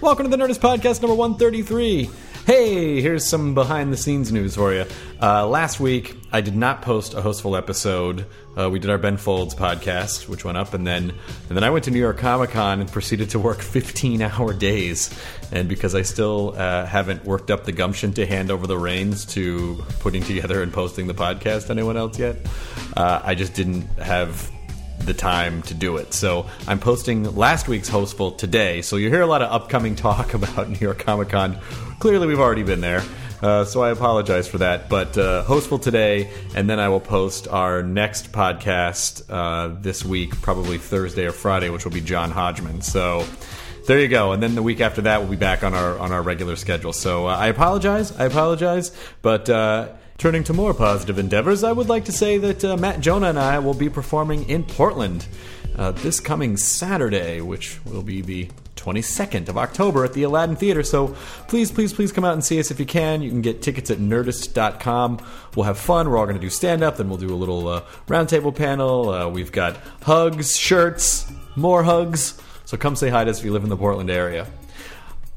Welcome to the Nerdist Podcast number 133. Hey, here's some behind the scenes news for you. Uh, last week, I did not post a hostful episode. Uh, we did our Ben Folds podcast, which went up, and then and then I went to New York Comic Con and proceeded to work 15 hour days. And because I still uh, haven't worked up the gumption to hand over the reins to putting together and posting the podcast to anyone else yet, uh, I just didn't have the time to do it. So I'm posting last week's hostful today. So you hear a lot of upcoming talk about New York Comic Con. Clearly, we've already been there. Uh, so I apologize for that, but uh, hostful today, and then I will post our next podcast uh, this week, probably Thursday or Friday, which will be John Hodgman. So there you go. And then the week after that, we'll be back on our on our regular schedule. So uh, I apologize. I apologize. But uh, turning to more positive endeavors, I would like to say that uh, Matt Jonah and I will be performing in Portland uh, this coming Saturday, which will be the 22nd of October at the Aladdin Theater. So please, please, please come out and see us if you can. You can get tickets at nerdist.com. We'll have fun. We're all going to do stand up, then we'll do a little uh, roundtable panel. Uh, we've got hugs, shirts, more hugs. So come say hi to us if you live in the Portland area.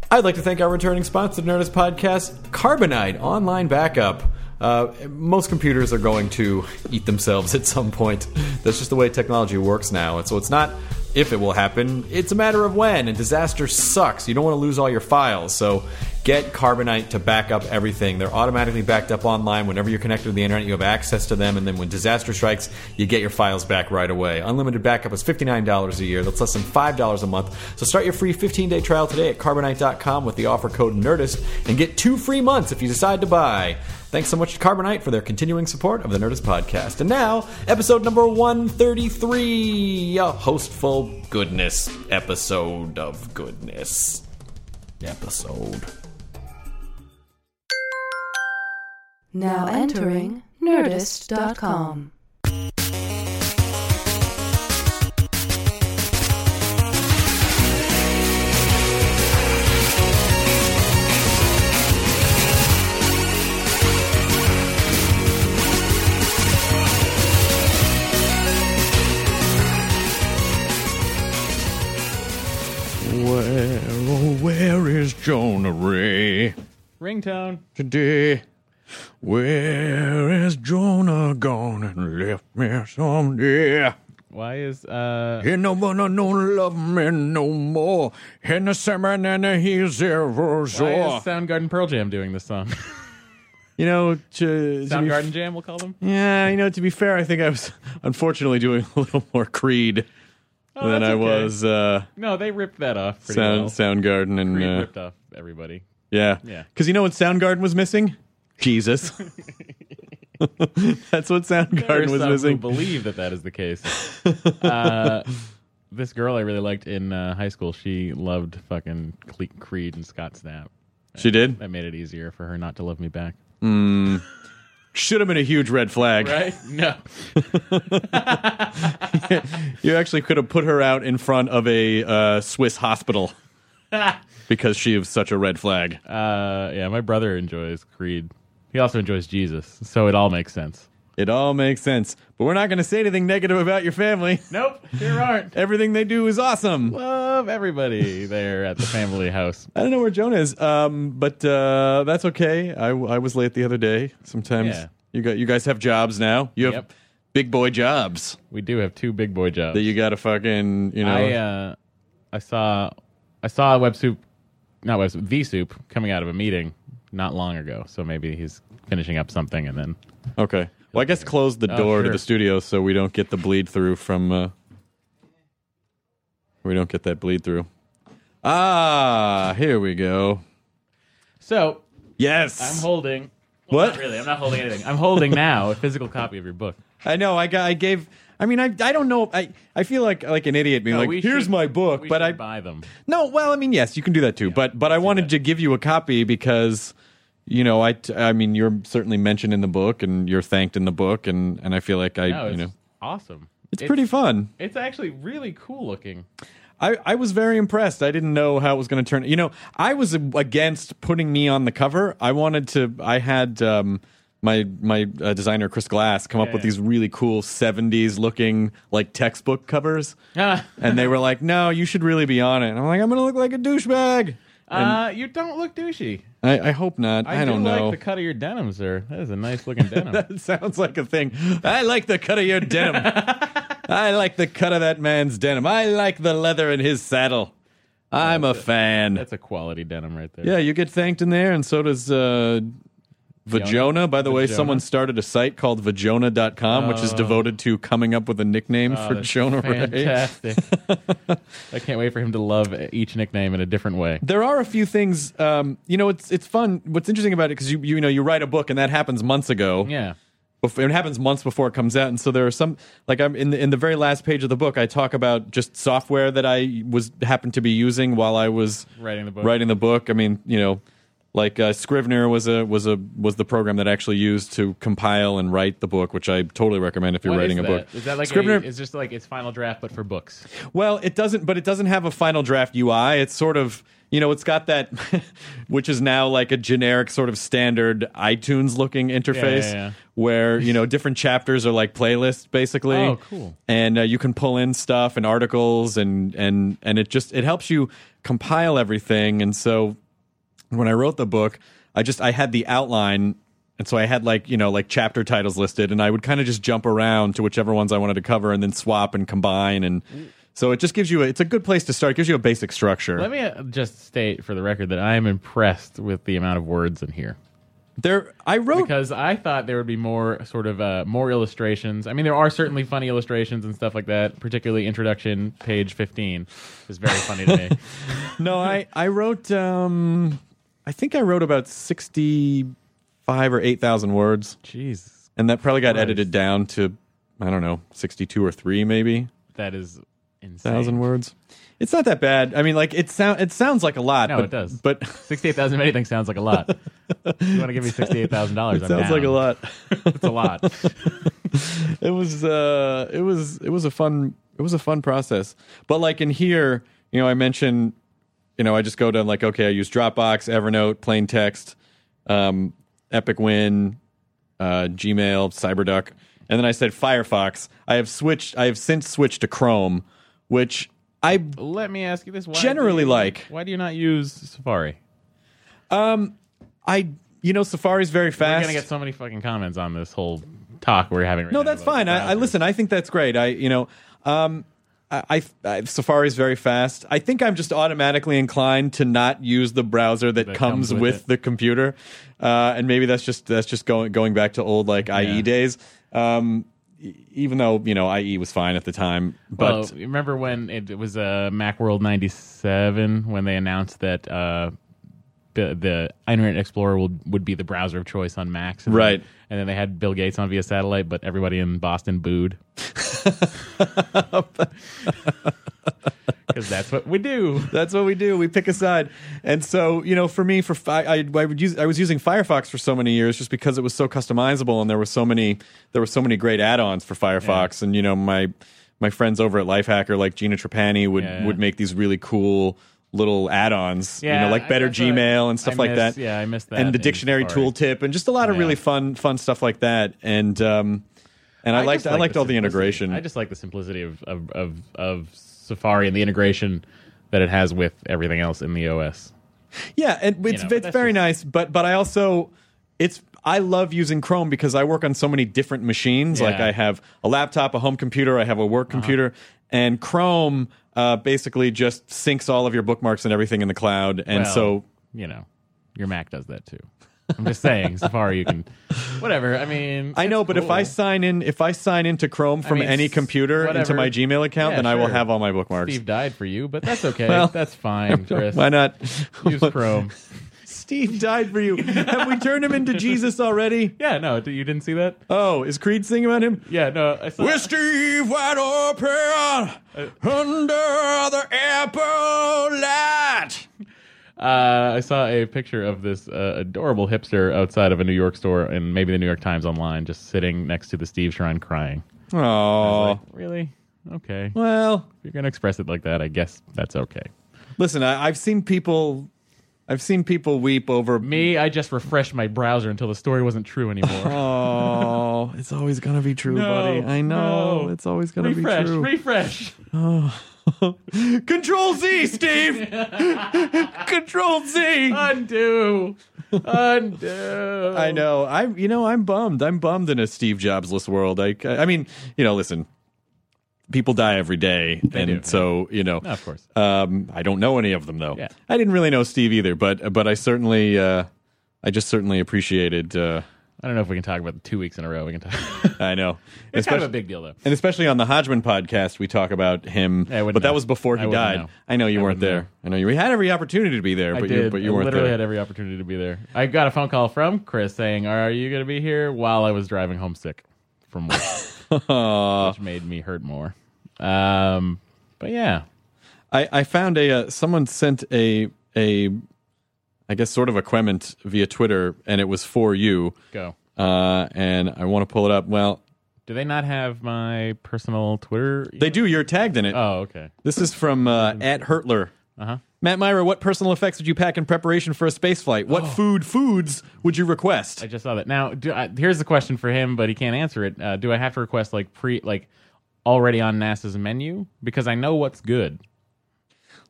I'd like to thank our returning sponsor, Nerdist Podcast, Carbonite Online Backup. Uh, most computers are going to eat themselves at some point. That's just the way technology works now. And so it's not if it will happen, it's a matter of when. And disaster sucks. You don't want to lose all your files. So get Carbonite to back up everything. They're automatically backed up online. Whenever you're connected to the internet, you have access to them. And then when disaster strikes, you get your files back right away. Unlimited backup is $59 a year. That's less than $5 a month. So start your free 15 day trial today at carbonite.com with the offer code NERDIST and get two free months if you decide to buy. Thanks so much to Carbonite for their continuing support of the Nerdist podcast. And now, episode number 133, a hostful goodness episode of goodness. Episode. Now entering Nerdist.com. Where, oh, where is Jonah Ray Ringtone. today? Where is Jonah gone and left me someday? Why is uh He no wanna no love me no more. In the summer and he's ever why so. is Soundgarden Pearl Jam doing this song? You know, to, to be, Soundgarden Jam, we'll call them. yeah, you know, to be fair, I think I was unfortunately doing a little more Creed Oh, than that's I okay. was uh, No, they ripped that off pretty Sound well. Soundgarden and Creed uh, ripped off everybody. yeah, Yeah. Because you know what Soundgarden was missing? Jesus. That's what There are Soundgarden was some who missing. believe that that is the case. uh, this girl I really liked in uh, high school, she loved fucking Cle- Creed and Scott Stapp. she did. That made it easier for her not to love me back. Should have been a huge red flag. Right? No. You actually could have put her out in front of a uh, Swiss hospital because she was such a red flag. Uh, yeah, my brother enjoys Creed. He also enjoys Jesus, so it all makes sense. It all makes sense. But we're not going to say anything negative about your family. Nope, there aren't. Everything they do is awesome. love everybody there at the family house. I don't know where Jonah is, um, but uh, that's okay. I, I was late the other day. Sometimes Yeah. you got you guys have jobs now. You have Yep. big boy jobs We do have two big boy jobs. that you got to fucking you know. I uh, I saw I saw web soup, not web soup, the soup coming out of a meeting not long ago. So maybe he's finishing up something and then Okay. Well, I guess close the Oh, door to sure. the studio so we don't get the bleed through from. Uh, we don't get that bleed through. Ah, here we go. So Yes. I'm holding. What? Not really, I'm not holding anything. I'm holding now a physical copy of your book. I know. I got. I gave. I mean, I. I don't know. I. I feel like like an idiot being No, like, we "Here's should- my book," we but I. should buy them. No, well, I mean, yes, you can do that too, but but I wanted to give you a copy because you know, I I mean, you're certainly mentioned in the book and you're thanked in the book and and I feel like I, No, it's you know, awesome. it's, pretty fun. It's actually really cool looking. I I was very impressed. I didn't know how it was going to turn. You know, I was against putting me on the cover. I wanted to I had um my my uh, designer Chris Glass come up Yeah, with yeah. these really cool 70s looking like textbook covers. Ah. and they were like, "No, you should really be on it." And I'm like, "I'm going to look like a douchebag." And- Uh, you don't look douchey. I, I hope not. I, do don't know. like the cut of your denim, sir. That is a nice looking denim. that sounds like a thing. I like the cut of your denim. I like the cut of that man's denim. I like the leather in his saddle. I'm a fan. That's a quality denim right there. yeah, you get thanked in there, and so does uh, Vajona. By the way, Vajona. someone started a site called Vajona.com, which is devoted to coming up with a nickname Oh, for that's Jonah Ray. Fantastic. I can't wait for him to love each nickname in a different way. There are a few things, um, you know. It's it's fun. What's interesting about it because you you know you write a book and that happens months ago. Yeah. before, it happens months before it comes out and so there are some like i'm in the, in the very last page of the book i talk about just software that i was happened to be using while i was Writing the book. writing the book i mean you know like uh, scrivener was a was a was the program that I actually used to compile and write the book which i totally recommend if you're What writing is a that? book Is that like scrivener A, it's just like it's final draft, but for books. well, it doesn't, but it doesn't have a final draft UI. It's sort of, you know, it's got that, which is now like a generic sort of standard iTunes looking interface yeah. where, you know, different chapters are like playlists basically. Oh, cool. And uh, you can pull in stuff and articles and, and, and it just, it helps you compile everything. And so when I wrote the book, I just I had the outline and so I had like, you know, like chapter titles listed and I would kind of just jump around to whichever ones I wanted to cover and then swap and combine and so it just gives you a, it's a good place to start. It gives you a basic structure. Let me uh, just state for the record that I am impressed with the amount of words in here there I wrote because I thought there would be more sort of uh, more illustrations. I mean, there are certainly funny illustrations and stuff like that. Particularly introduction page fifteen is very funny to me. No, I I wrote um I think I wrote about 65 or 8,000 words Jeez, and that probably got Christ. edited down to I don't know, 62 or 3 maybe. that is insane. Thousand words. It's not that bad. I mean, like it sound it sounds like a lot. No, but, it does. But Sixty-eight thousand of anything sounds like a lot. you want to give me sixty-eight thousand dollars? it sounds like a lot. It's a lot. it was uh it was it was a fun it was a fun process but like in here you know i mentioned you know i just go to like okay i use dropbox evernote plain text um epic win uh gmail cyberduck and then i said firefox i have switched i have since switched to chrome which i Let me ask you this: why do Generally you- like- why do you not use Safari? i you know safari's very We're fast gonna get so many fucking comments on this whole talk we're having. Right no now that's about fine I, I browsers. listen i think that's great i you know um I, I, I safari's very fast i think i'm just automatically inclined to not use the browser that, comes, comes with with, it. the computer uh and maybe that's just that's just going going back to old like Yeah. ie days um e- even though you know IE was fine at the time, Well, but remember when it was uh, MacWorld '97 when they announced that uh, the, the Internet Explorer would, would be the browser of choice on Macs, and Right. Then, and then they had Bill Gates on via satellite, but everybody in Boston booed. Because that's what we do. that's what we do. We pick a side, and so you know, for me, for fi- I, I would use I was using Firefox for so many years just because it was so customizable, and there were so many there were so many great add-ons for Firefox, and you know, my my friends over at Lifehacker, like Gina Trapani, would Yeah. would make these really cool little add-ons, you Yeah, know, like I- better that's what I- Gmail and stuff I like miss- that. yeah, I miss that And the in dictionary Safari. tooltip, and just a lot of Yeah. really fun fun stuff like that, and um, and I, liked just I liked all the simplicity. integration. I just like the simplicity of, of, of, of Safari and the integration that it has with everything else in the OS. Yeah, and it's know, but it's that's very just- nice, but but I also it's I love using Chrome because I work on so many different machines. Like Yeah. Uh-huh. I have a laptop, a home computer, I have a work computer, and Chrome uh, basically just syncs all of your bookmarks and everything in the cloud. And Well, so you know, your Mac does that too. I'm just saying, Safari, you can, whatever. I mean, I know, but if I sign sign in, if I sign into Chrome from mean, any s- computer into whatever. my Gmail account, Yeah, then I will sure. have all my bookmarks. Steve died for you, but that's okay. Well, that's fine, Chris. Why not? Use Chrome. Steve died for you. Have we turned him into Jesus already? Yeah, no, d- you didn't see that. Oh, is Creed singing about him? Yeah, no, I saw. With Steve wide Oh, open under the apple light. Uh, I saw a picture of this uh, adorable hipster outside of a New York store, and maybe the New York Times online, just sitting next to the Steve Shrine crying. Oh, Like, really? Okay. If well. you're gonna express it like that, I guess that's okay. Listen, I, I've seen people, I've seen people weep over. Me, I just refreshed my browser until the story wasn't true anymore. Oh, it's always gonna be true, buddy. I know it's always gonna refresh, be true. Refresh. Control Z, Steve. Uh, Control Z. Undo. Undo. I know. I'm. You know. I'm bummed. I'm bummed in a Steve Jobsless world. I. I mean. You know. Listen. People die every day, and do. so you know. No, of course. Um, I don't know any of them though. Yeah. I didn't really know Steve either, but but I certainly. Uh, I just certainly appreciated. Uh, I don't know if we can talk about the two weeks in a row. We can talk. I know. it's kind of Especially- a big deal, though. And especially on the Hodgman podcast, we talk about him. I But wouldn't that know. was before he I wouldn't died. know. I know you I weren't wouldn't there. know. I know you we had every opportunity to be there, but I you did. but you I weren't literally there. had every opportunity to be there. I got a phone call from Chris saying, "Are you going to be here?" While I was driving homesick from work, which made me hurt more. Um, but yeah, I, I found a uh, someone sent a a I guess sort of a quement via Twitter, and it was for you. go. Uh, and I want to pull it up. Well, Do they not have my personal Twitter? they do. You're tagged in it. Oh, okay. This is from uh, at Hurtler. Uh-huh. Matt Myra, what personal effects would you pack in preparation for a space flight? What food foods would you request? Oh. I just saw that. Now, do I, here's the question for him, but he can't answer it. Uh, do I have to request like pre like already on NASA's menu because I know what's good?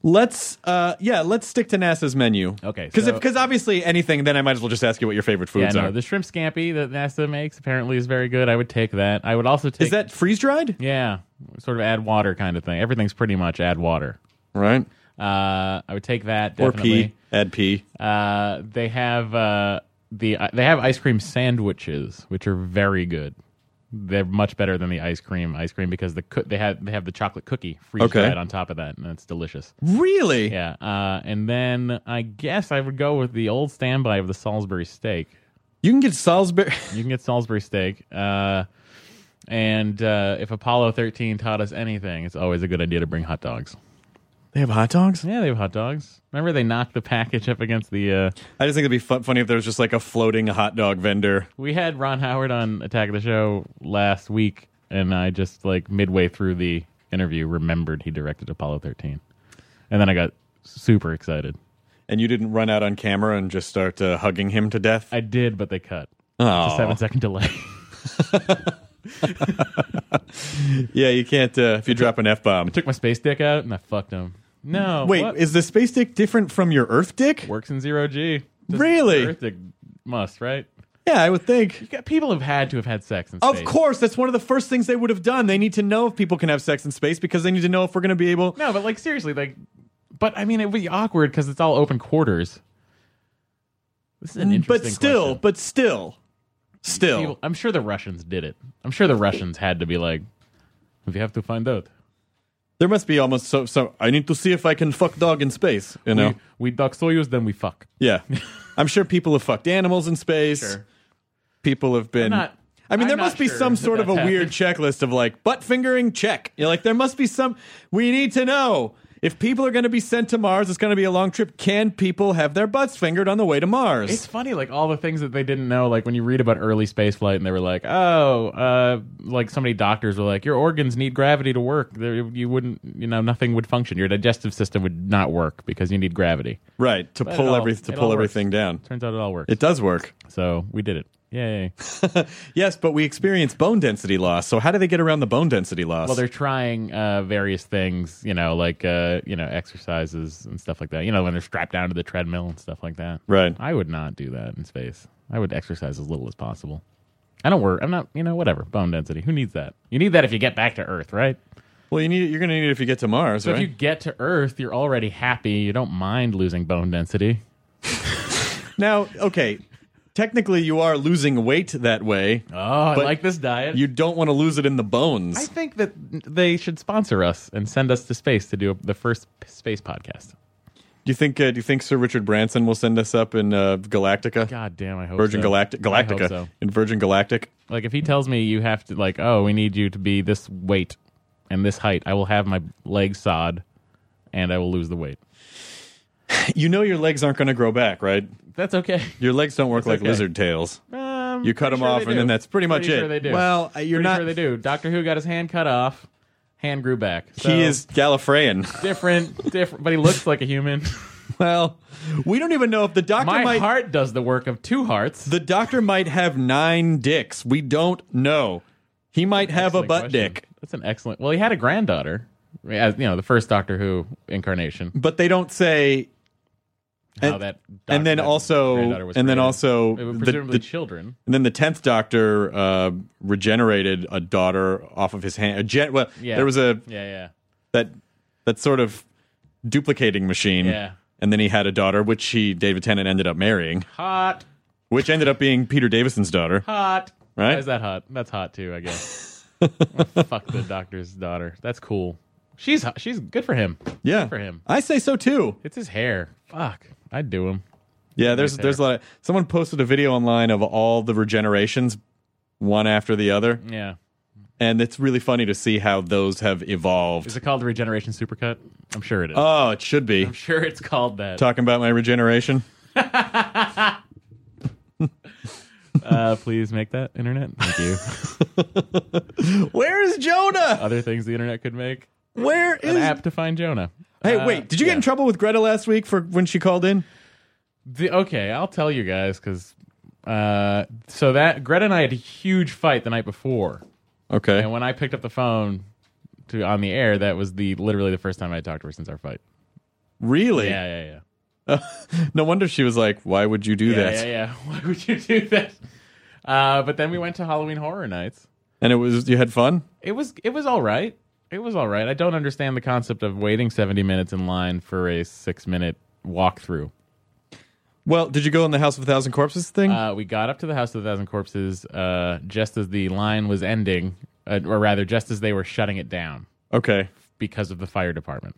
Let's uh yeah, let's stick to NASA's menu. Okay, Cuz so- if cuz obviously anything then I might as well just ask you what your favorite Yeah, foods no, are. the shrimp scampi that NASA makes apparently is very good. I would take that. I would also take Is that freeze dried? Yeah, sort of add water kind of thing. Everything's pretty much add water. Right. Uh, I would take that Or definitely. pea, add pea. Uh, they have uh, the they have ice cream sandwiches, which are very good. They're much better than the ice cream ice cream because the coo- they have they have the chocolate cookie freeze Okay. dried on top of that, and that's delicious. Really? Yeah, uh, and then I guess I would go with the old standby of the Salisbury steak. You can get Salisbury You can get Salisbury steak. Uh, and uh, if Apollo 13 taught us anything, it's always a good idea to bring hot dogs. They have hot dogs? Yeah, they have hot dogs. Remember they knocked the package up against the. Uh, I just think it'd be fun, funny if there was just like a floating hot dog vendor. we had Ron Howard on Attack of the Show last week, and I just like midway through the interview remembered he directed Apollo 13, and then I got super excited. And you didn't run out on camera and just start uh, hugging him to death. I did, but they cut. It's Aw. a seven second delay. Yeah, you can't uh, if you drop an F bomb. Took my space dick out and I fucked him. No, Wait, what? is the space dick different from your Earth dick? works in zero G. Just Really? Earth dick must right. Yeah, I would think. You got- People have had to have had sex in Of space. course, that's one of the first things they would have done. They need to know if people can have sex in space because they need to know if we're going to be able No, but like seriously, like, but I mean, it would be awkward because it's all open quarters. This is an interesting. but still, question. but still, still. People- I'm sure the Russians did it. I'm sure the Russians had to be like, we have to find out. there must be almost so. So I need to see if I can fuck dog in space. You know? We, we duck Soyuz, then we fuck. yeah, I'm sure people have fucked animals in space. Sure. People have been. not- I mean, I'm there not must be sure some that sort of a that's weird checklist of like butt fingering check. You're like, there must be some. We need to know if people are going to be sent to Mars. It's going to be a long trip. Can people have their butts fingered on the way to Mars? It's funny, like all the things that they didn't know. Like when you read about early space flight, and they were like, "Oh, uh, like so many doctors were like, your organs need gravity to work. There, you wouldn't, you know, nothing would function. Your digestive system would not work because you need gravity." right to But it pull all- every to it pull all everything works. down. Turns out it all works. It does work. so we did it. Yay! Yes, but we experience bone density loss. So how do they get around the bone density loss? Well, they're trying uh, various things, you know, like uh, you know exercises and stuff like that. You know, when they're strapped down to the treadmill and stuff like that. Right. I would not do that in space. I would exercise as little as possible. I don't worry. I'm not. You know, whatever. Bone density. Who needs that? You need that if you get back to Earth, right? well, you need you're going to need it if you get to Mars, So right? if you get to Earth, you're already happy. You don't mind losing bone density. now, okay, technically you are losing weight that way. Oh, I But like this diet. You don't want to lose it in the bones. I think that they should sponsor us and send us to space to do the first p- space podcast. do you think? Uh, do you think Sir Richard Branson will send us up in uh, Galactica? God damn, I hope Virgin so. Galactic, I hope Galactica, so. in Virgin Galactic. Like if he tells me you have to, like, oh, we need you to be this weight and this height, I will have my legs sawed, and I will lose the weight. You know your legs aren't going to grow back, right? That's okay. Your legs don't work like okay. lizard tails. Um, You cut pretty 'em sure off they and do. then that's pretty much Pretty it. Sure they do. Well, uh, you're Pretty not- Sure they do. Doctor Who got his hand cut off. Hand grew back. So, he is Gallifreyan. different, different, but he looks like a human. well, we don't even know if the doctor My might. heart does the work of two hearts. the doctor might have nine dicks. We don't know. He might have a Excellent butt question. dick, That's an excellent. Well, he had a granddaughter, as you know, the first Doctor Who incarnation. but they don't say. How and- that and then doc- that also- granddaughter was and then created. also They were the- presumably the- children. And then the tenth Doctor uh, regenerated a daughter off of his hand. A gen- well, Yeah. there was a Yeah, that that sort of duplicating machine. yeah, yeah. And then he had a daughter, which he David Tennant ended up marrying, Hot, which ended up being Peter Davison's daughter. hot. Right? Why is that hot? That's hot too, I guess. Oh, Fuck the doctor's daughter. That's cool. She's hot. she's good for him. Yeah, for him. I say so too. It's his hair. Fuck, I'd do him. Yeah, there's there. there's a lot. Of, someone posted a video online of all the regenerations, one after the other, Yeah. and it's really funny to see how those have evolved. Is it called the Regeneration Supercut? I'm sure it is. oh, it should be I'm sure it's called that. talking about my regeneration. Uh, please make that internet. Thank you. Where is Jonah? Other things the internet could make. Where An is? app to find Jonah. hey, Uh, wait! Did you get in yeah. trouble with Greta last week for when she called in? The, okay, I'll tell you guys because uh, so that Greta and I had a huge fight the night before, Okay. and when I picked up the phone to on the air, that was the literally the first time I talked to her since our fight. really? Yeah, yeah, yeah. No wonder she was like, "Why would you do Yeah, that?" yeah, yeah. Why would you do that? Uh, but then we went to Halloween Horror Nights. And it was you had fun. It was it was all right. It was all right. I don't understand the concept of waiting seventy minutes in line for a six minute walkthrough. Well, did you go in the House of a Thousand Corpses thing? Uh, we got up to the House of the Thousand Corpses uh, just as the line was ending, uh, or rather, just as they were shutting it down okay. because of the fire department.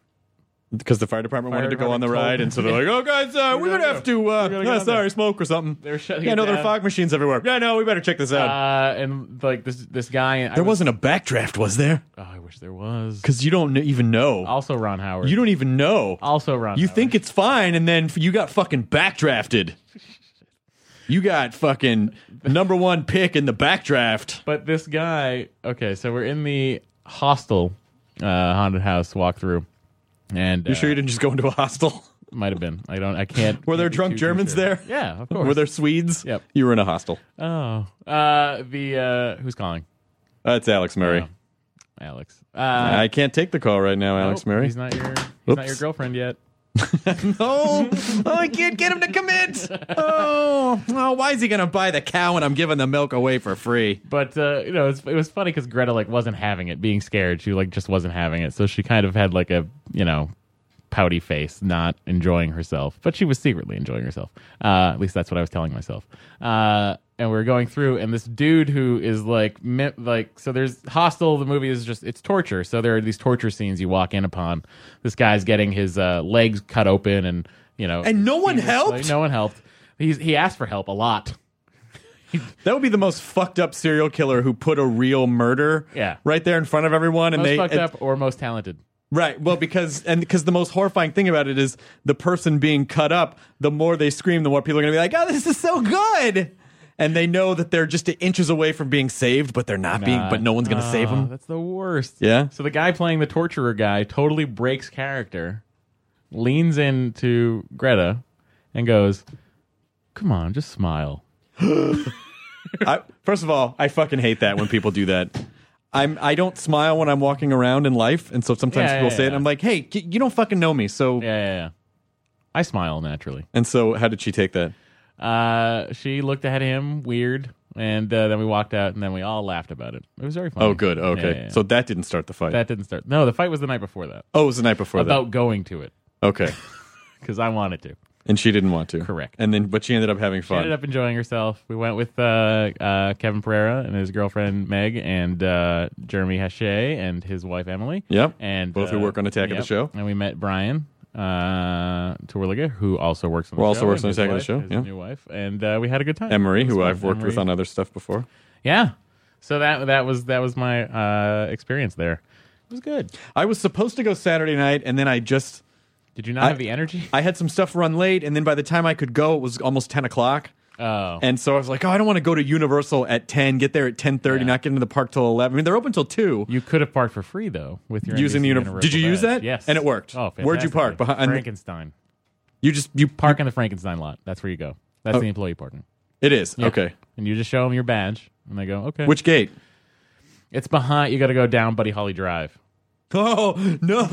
Because the fire department Fire wanted to go on department the told ride, them. and so they're like, "Oh, guys, uh, we would gotta have go. to. Uh, We gotta yeah, go down sorry, there." smoke or something." They were shutting Yeah, it no, there are down. fog machines everywhere. Yeah, no, we better check this out. Uh, and like this, this guy. I there was, wasn't a backdraft, was there? not Oh, I wish there was. Because you don't kn- even know. Also, Ron Howard. you don't even know. also Ron. you Howard. think it's fine, and then f- you got fucking backdrafted. you got fucking number one pick in the backdraft. But this guy, okay, so we're in the hostel uh, haunted house walkthrough, and uh, You sure you didn't just go into a hostel? might have been. I don't. I can't. Were there can't be drunk too Germans sure. there? Yeah, of course. Were there Swedes? Yep. You were in a hostel. Oh, uh, the uh, who's calling? That's Alex Murray. Alex. Uh, I can't take the call right now, Alex Nope, Murray. He's not your he's Oops. not your girlfriend yet. oh, oh, I can't get him to commit. Oh, oh, why is he going to buy the cow when I'm giving the milk away for free? But uh, you know, it's, it was funny because Greta like wasn't having it, being scared. She like just wasn't having it, so she kind of had like a you know pouty face, not enjoying herself. But she was secretly enjoying herself. Uh, at least that's what I was telling myself. Uh, and we were going through, and this dude who is like mi- like so. There's hostile. The movie is just it's torture. So there are these torture scenes you walk in upon. This guy's getting his uh, legs cut open, and you know, And no one he was- helped? No one helped. He's he asked for help a lot. That would be the most fucked up serial killer who put a real murder Yeah. right there in front of everyone and most they fucked and- up or most talented. right well because and because the most horrifying thing about it is the person being cut up the more they scream the more people are going to be like oh this is so good and they know that they're just inches away from being saved but they're not being but no one's going to save Oh, them that's the worst. Yeah? So the guy playing the torturer guy totally breaks character, leans into Greta, and goes, "Come on, just smile." I, first of all I fucking hate that when people do that I'm I don't smile when I'm walking around in life and so sometimes Yeah, people yeah, say it yeah. I'm like hey y- you don't fucking know me so Yeah, yeah, yeah. I smile naturally. and so how did she take that Uh, she looked at him weird, and uh, then we walked out, and then we all laughed about it. It was very funny. oh good okay Yeah, yeah, yeah. so that didn't start the fight that didn't start. No, the fight was the night before that. Oh, it was the night before About going to it that. Okay. because I wanted to. and she didn't want to. Correct. And then, but she ended up having She fun. ended up enjoying herself. We went with uh, uh, Kevin Pereira and his girlfriend Meg and uh, Jeremy Hache and his wife Emily. Yep. And Both who uh, work on Attack of the Show. And we met Brian uh, Terwilliger, who also works on the Who show. also works and on his Attack of the wife, Show, His yeah. new wife. And uh, we had a good time. Emery, It was who fun. I've worked with Emery. on other stuff before. Yeah. So that that was that was my uh, experience there. It was good. I was supposed to go Saturday night, and then I just Did you not I- have the energy? I had some stuff run late, and then by the time I could go, it was almost ten o'clock. oh. And so I was like, oh, I don't want to go to Universal at ten, get there at ten thirty, Yeah. not get into the park till eleven. I mean, they're open till two. you could have parked for free though with your Using NBC the uni- Universal Did you use badge. that? Yes, And it worked. Oh, Where'd you park? fantastic. Behind- Frankenstein. You just you park. Park in the Frankenstein lot. That's where you go. That's the employee parking. It is Yeah. Oh. okay. And you just show them your badge, and they go, "Okay." Which gate? it's behind. You got to go down Buddy Holly Drive. Oh no!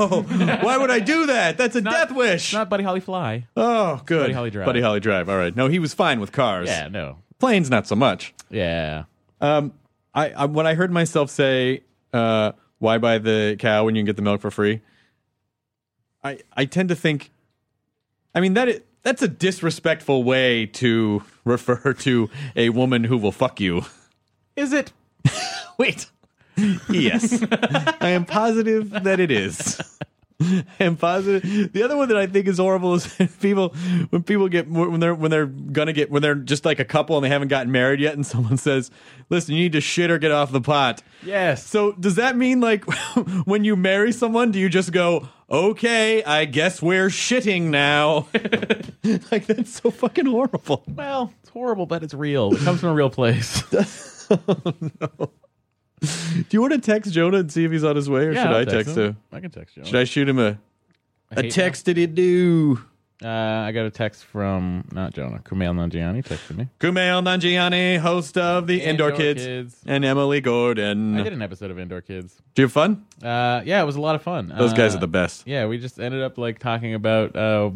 Why would I do that? That's a death wish. It's not Buddy Holly Fly. oh, good. Buddy Holly Drive. Buddy Holly Drive. All right. No, he was fine with cars. Yeah, no. Planes, not so much. Yeah, Um, I, I when I heard myself say, uh, "Why buy the cow when you can get the milk for free?" I I tend to think, I mean that i- that's a disrespectful way to refer to a woman who will fuck you. is it? Wait. Yes, I am positive that it is. I am positive. The other one that I think is horrible is people when people get when they're when they're gonna get when they're just like a couple and they haven't gotten married yet, and someone says, "Listen, you need to shit or get off the pot." Yes. So does that mean like when you marry someone, do you just go, okay, I guess we're shitting now? like that's so fucking horrible. well, it's horrible, but it's real. It comes from a real place. Do you want to text Jonah and see if he's on his way, or Yeah, should I'll I text him? I can text you. Should I shoot him a a hate text? Did he do? Uh, I got a text from not Jonah Kumail Nanjiani texted me. Kumail Nanjiani, host of the Indoor, Indoor Kids, Kids. and Emily I did Gordon. an episode of Indoor Kids. Do you have fun? Uh, yeah, it was a lot of fun. Those guys Uh, are the best. Yeah, we just ended up like talking about. Uh,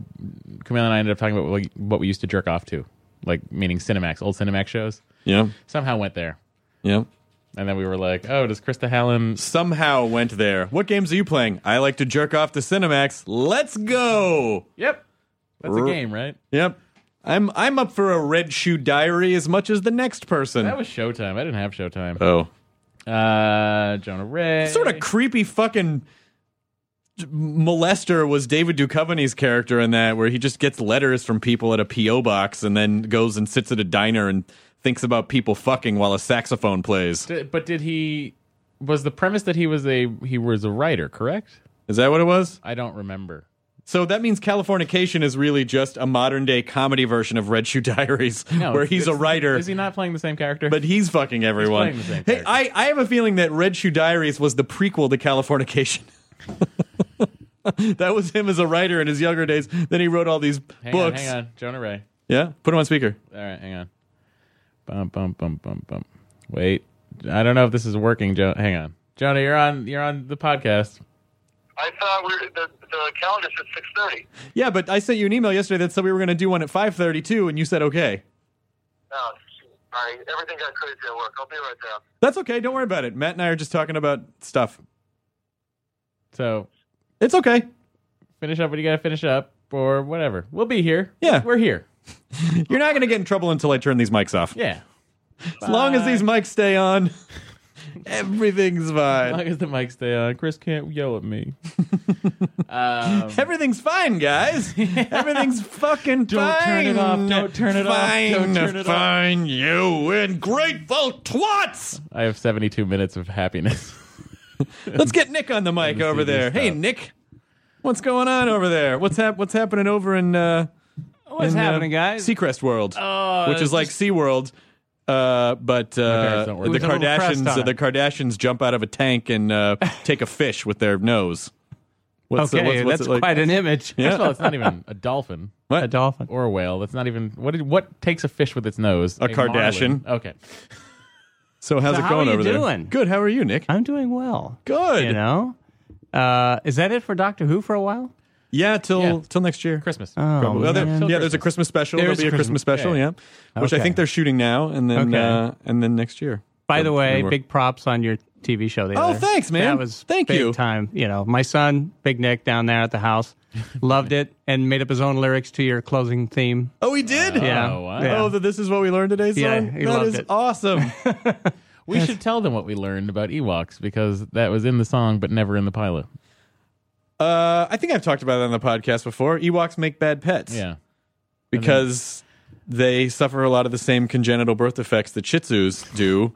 Camille and I ended up talking about like, what we used to jerk off to, like meaning Cinemax, old Cinemax shows. Yeah, Somehow went there, yeah. and then we were like, "Oh, does Krista Helen?" Somehow went there. What games are you playing? I like to jerk off to Cinemax. Let's go. Yep, that's a game, right? Yep. I'm I'm up for a red shoe diary as much as the next person. That was Showtime. I didn't have Showtime. oh. Uh, Jonah Ray. Sort of creepy fucking molester was David Duchovny's character in that where he just gets letters from people at a PO box and then goes and sits at a diner and thinks about people fucking while a saxophone plays. D- but did he? Was the premise that he was a he was a writer? Correct? Is that what it was? I don't remember. So that means Californication is really just a modern day comedy version of Red Shoe Diaries No, where he's a it's- writer. Is he not playing the same character? But he's fucking everyone. playing the same hey, character. I, I have a feeling that Red Shoe Diaries was the prequel to Californication. that was him as a writer in his younger days. Then he wrote all these hang books. on, hang on, Jonah Ray. Yeah, put him on speaker. All right, hang on. Bum bum bum bum bum. Wait, I don't know if this is working. Jo- hang on, Jonah, you're on. You're on the podcast. I thought we were, the, the calendar said six thirty. Yeah, but I sent you an email yesterday that said we were going to do one at five thirty two, and you said okay. Oh, sorry, everything got crazy at work. I'll be right down. That's okay. Don't worry about it. Matt and I are just talking about stuff. So It's okay. finish up what you got to finish up, or whatever. We'll be here. Yeah. we're here. You're not going to get in trouble until I turn these mics off. Yeah, As long as these mics stay on, everything's as long fine. as the mics stay on. Chris can't yell at me. um, Everything's fine, guys. Everything's fucking Don't fine. turn it off. Don't turn it off. fine. Don't turn it off. Fine, you ungrateful twats. I have 72 minutes of happiness. Let's get Nick on the mic Let me over see there. this Hey, stuff. Nick. What's going on over there? What's hap- What's happening over in uh, What's in, uh, happening, guys? Seacrest World, Oh, which it's is like SeaWorld, uh, but uh, parents don't work. the With a little crest Kardashians on uh, it. the Kardashians jump out of a tank and uh, take a fish with their nose. What's, uh, okay, what's- what's that's it like? quite an image. First of all, it's not even a dolphin What? A dolphin. or a whale. That's not even what. Did, what takes a fish with its nose? A, Kardashian. marlin. Okay. So how's So it how going are you over there? doing? Good. How are you, Nick? I'm doing well. Good. You know? Uh, is that it for Doctor Who for a while? Yeah, till Yeah. till next year. Christmas. Oh, Well, there- man. yeah, there's a Christmas special. There There'll is be a a Christmas Christmas- special, yeah, which I Okay. think they're shooting now, and then Okay. uh, and then next year. By the way, anymore. big props on your TV show. The Oh, other. thanks, man. That was Thank big you. Time, you know, my son, Big Nick, down there at the house, loved it and made up his own lyrics to your closing theme. Oh, he did. Yeah. Oh, wow. Yeah. Oh, that this is what we learned today. Song? Yeah, he that loved is it. awesome. We should tell them what we learned about Ewoks because that was in the song but never in the pilot. Uh, I think I've talked about that on the podcast before. Ewoks make bad pets. Yeah. because they suffer a lot of the same congenital birth defects that Shih Tzus do,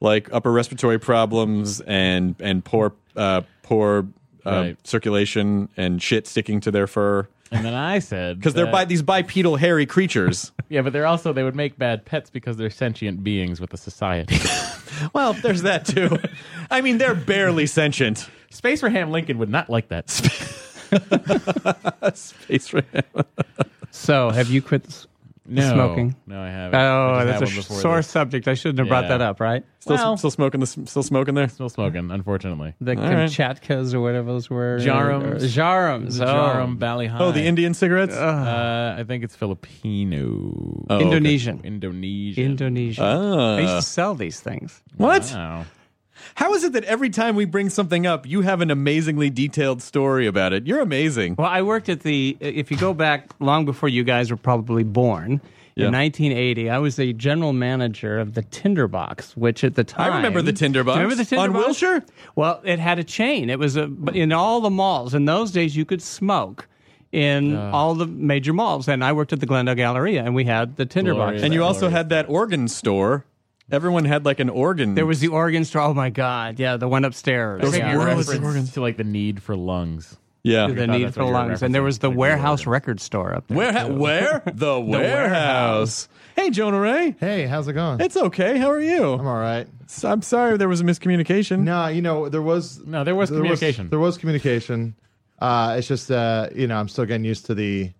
like upper respiratory problems and and poor uh, poor uh, Right. circulation and shit sticking to their fur And then I said because they're that- bi- these bipedal hairy creatures. Yeah, but they're also they would make bad pets because they're sentient beings with a society. well, there's that too. I mean, they're barely sentient. Space Ham Lincoln would not like that. Space Ram. So, have you quit s- No, smoking? No, I haven't. I Oh, just that's a had one sh- before sore this. subject. I shouldn't have brought Yeah. that up, right? Still, Well- still smoking. The, still smoking there. Still smoking, unfortunately. The All right. Kamchatkas or whatever those were. Jarums. Jarums. Oh. Jarum Valley High. Oh, the Indian cigarettes. Uh, I think it's Filipino. Oh, okay. Indonesian. Indonesian. Indonesian. they used Ah. to sell these things. what? Wow. How is it that every time we bring something up, you have an amazingly detailed story about it? You're amazing. Well, I worked at the, if you go back long before you guys were probably born, Yeah. in 1980, I was the general manager of the Tinderbox, which at the time. I remember the Tinderbox. Remember the On Tinderbox? Wilshire? Well, it had a chain. It was a, but in all the malls. In those days, you could smoke in all the major malls. And I worked at the Glendale Galleria, and we had the Tinderbox. Glorious. And you that also glorious had that organ store. Everyone had like an organ. There was the organ store. Oh, my God. Yeah, the one upstairs. There was yeah. a world reference organs. to like the need for lungs. yeah. The thought need that's for what you were lungs. And there referencing, was the like the warehouse organ. record store up there. Wareha- where? The warehouse. Hey, Jonah Ray. Hey, how's it going? It's okay. How are you? I'm all right. S- I'm sorry there was a miscommunication. No, you know there was No, there was communication. there was communication. Uh, it's just uh, you know I'm still getting used to the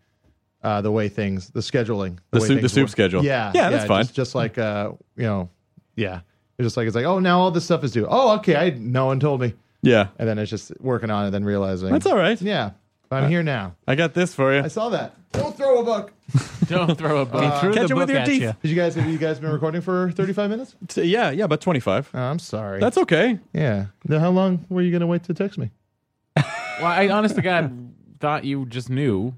uh, the way things, the scheduling, The way soup- the things soup work. schedule. Yeah, Yeah, that's fine. Just, just like uh, you know, yeah. It's just like it's like oh now all this stuff is due. Oh okay, I no one told me, Yeah. and then it's just working on it, then realizing That's all right. Yeah, but Uh, I'm here now. I got this for you. I saw that. Don't throw a book. Don't throw a book. Threw Catch the it book with your at teeth. ya. Did you guys have you guys been recording for 35 minutes? T- Yeah, yeah, about 25. Oh, I'm sorry. That's okay. yeah. Now how long were you gonna wait to text me? well, I honest to God thought you just knew.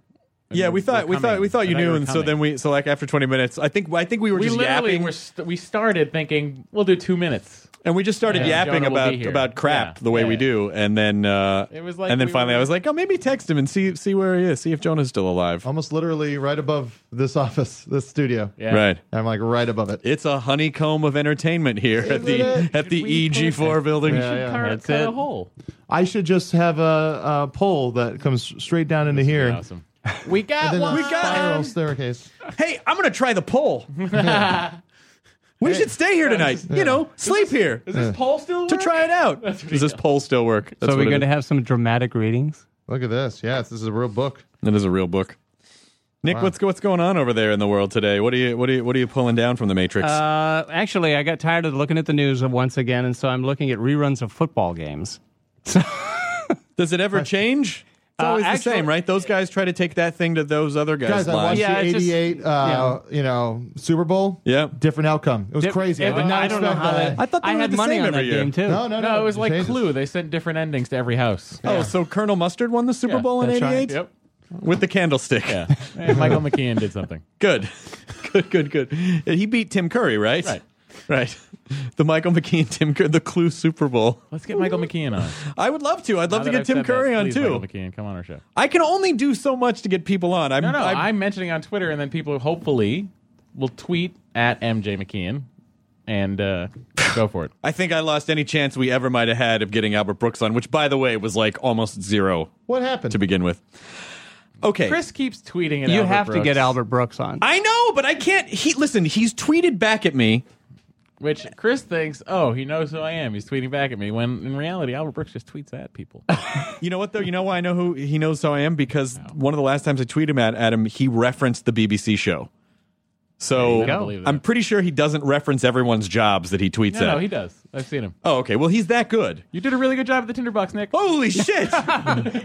Yeah, we we're thought we coming. thought we thought you I thought knew, were and so coming. then we so like after 20 minutes, I think I think we were we just literally yapping. were st- we started thinking we'll do two minutes. And we just started Yeah. yapping Jonah will about be here. about crap Yeah. the way Yeah, we yeah. do, and then uh, It was like and then we finally I were- was like, oh, maybe text him and see see where he is, see if Jonah's still alive. Almost literally right above this office, this studio. Yeah. Right, I'm like right above it. it's a honeycomb of entertainment here at the it? at the Should we EG4 building. Yeah, yeah. Car- That's cut it. a hole. I should just have a, a pole that comes straight down into here. Awesome. We got Then uh, one. a We got spiral it. staircase. Hey, I'm gonna try the pole. we should stay here tonight. You know, sleep here Is this pole still to work? try it out. Does this pole still work? That's So, what we're it going to is. have some dramatic readings. Look at this. Yes, this is a real book. That is a real book. Nick, what's go- what's going on over there in the world today? What are you what are you what are you pulling down from the Matrix? Uh, actually, I got tired of looking at the news once again, and so I'm looking at reruns of football games. Does it ever change? It's Uh, always the actually- same, right? Those guys try to take that thing to those other guys. Guys, I watched lives. Yeah, the it's just- '88, uh, you know, Super Bowl. Yeah. different outcome. It was Dif- crazy. I it- did not I don't expect know how that. they- I thought they I were had the money same on that every year. game too. no, no, no. No, it was like changes. Clue. They sent different endings to every house. Oh, so Colonel Mustard won the Super Yeah, Bowl in that's right. '88 Yep. with the candlestick. Yeah. And Michael McKean did something. Good, good, good, good. And He beat Tim Curry, right? Right. right. The Michael McKean Tim Curry, the Clue Super Bowl. Let's get Michael McKeon on. I would love to. I'd love to Now that get I've Tim said Curry that, on please, too. Michael McKeon, come on our show. I can only do so much to get people on. I'm, No, no. I'm, I'm, mentioning on Twitter, and then people hopefully will tweet at MJ McKeon and uh, go for it. I think I lost any chance we ever might have had of getting Albert Brooks on, which, by the way, was like almost zero What happened? to begin with. Okay, Chris keeps tweeting. At You Albert have to get Brooks, Albert Brooks on. I know, but I can't. He listen. He's tweeted back at me. Which Chris thinks, oh, he knows who I am. He's tweeting back at me. When in reality, Albert Brooks just tweets at people. You know what though? You know why I know who he knows who I am because one of the last times I tweeted him at at him, he referenced the BBC show. So I don't believe that. I'm pretty sure he doesn't reference everyone's jobs that he tweets no, at. no, he does. I've seen him. oh, okay. Well, he's that good. You did a really good job at the Tinderbox, Nick. Holy shit!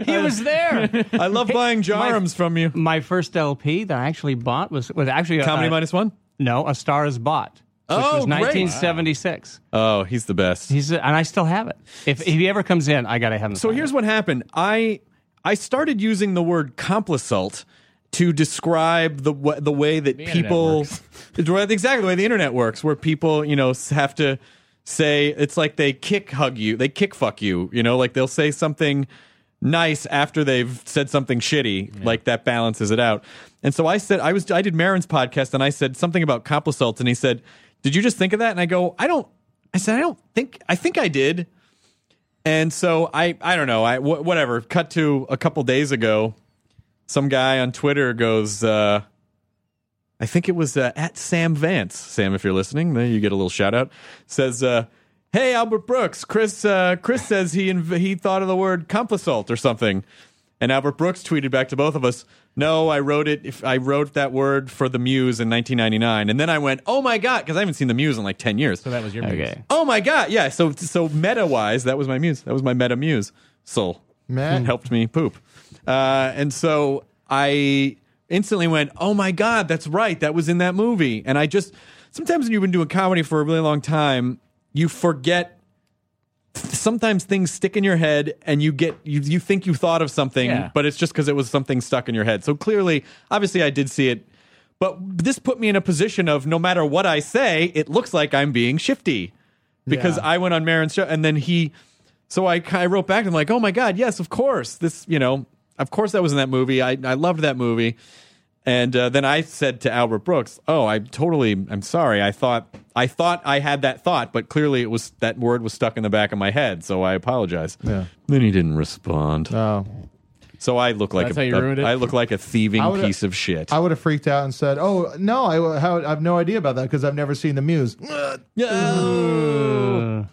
he was there. I love buying jarums from you. My first LP that I actually bought was was actually a- Comedy a, minus one. No, a Star is Bought. which Oh, was great. 1976. Oh, he's the best. He's and I still have it. If, if he ever comes in, I gotta have him. So here's what happened. I I started using the word complisalt to describe the wa- the way that internet people It's right- exactly the way the internet works, where people you know s- have to say it's like they kick hug you, they kick fuck you, you know, like they'll say something nice after they've said something shitty, like that balances it out. And so I said I was I did Marin's podcast and I said something about complisalt, and he said, "Did you just think of that?" And I go, "I don't." I said, "I don't think I think I did." And so I I don't know I wh- whatever. Cut to a couple days ago, some guy on Twitter goes, uh, I think it was uh, at Sam Vance. Sam, if you're listening, there you get a little shout out. Says, uh, "Hey Albert Brooks, Chris uh, Chris says he inv- he thought of the word complisalt or something." And Albert Brooks tweeted back to both of us, "No, I wrote it. If I wrote that word for the Muse in 1999, and then I went, oh my god, because I haven't seen the Muse in like 10 years. So that was your Okay. Oh my god, yeah. So so meta wise, that was my muse. That was my meta muse. Soul Man. helped me poop, uh, and so I instantly went, oh my god, that's right. That was in that movie. And I just sometimes when you've been doing comedy for a really long time, you forget. Sometimes things stick in your head, and you get you you think you thought of something, Yeah. but it's just because it was something stuck in your head. So clearly, obviously, I did see it. But this put me in a position of no matter what I say, it looks like I'm being shifty because Yeah. I went on Marin's show and then he. So I, I wrote back and I'm like, oh my god, yes, of course. This, you know, of course that was in that movie. I I loved that movie. And uh, then I said to Albert Brooks, "Oh, I totally. I'm sorry. I thought I thought I had that thought, but clearly it was that word was stuck in the back of my head. So I apologize." Yeah. Then he didn't respond. Oh, So I look like Uh, That's a, how you a- ruined it? I look like a thieving I would've- piece of shit. I would have freaked out and said, "Oh no, I, how, I have no idea about that because I've never seen the Muse." No.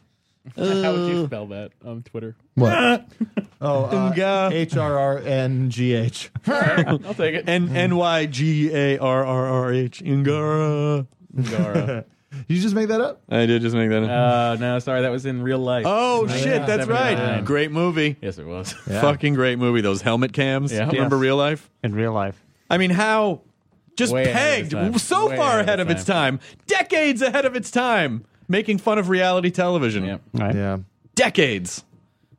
How would you spell that on Twitter? What? oh, Nga. H R R N G H. I'll take it. N N Y G A R R R H Ingara. Ingara. You just make that up? I did just make that. up. Uh, no, sorry, that was in real life. oh shit, that's right. 79. Great movie. Yes, it was. Fucking great movie. Those helmet cams. Yeah. Remember Yes. real life? in real life. I mean, how just Way ahead pegged of its time. so Way far ahead ahead of of its its time, decades ahead of its time, making fun of reality television. Yep. Right. Yeah. Decades.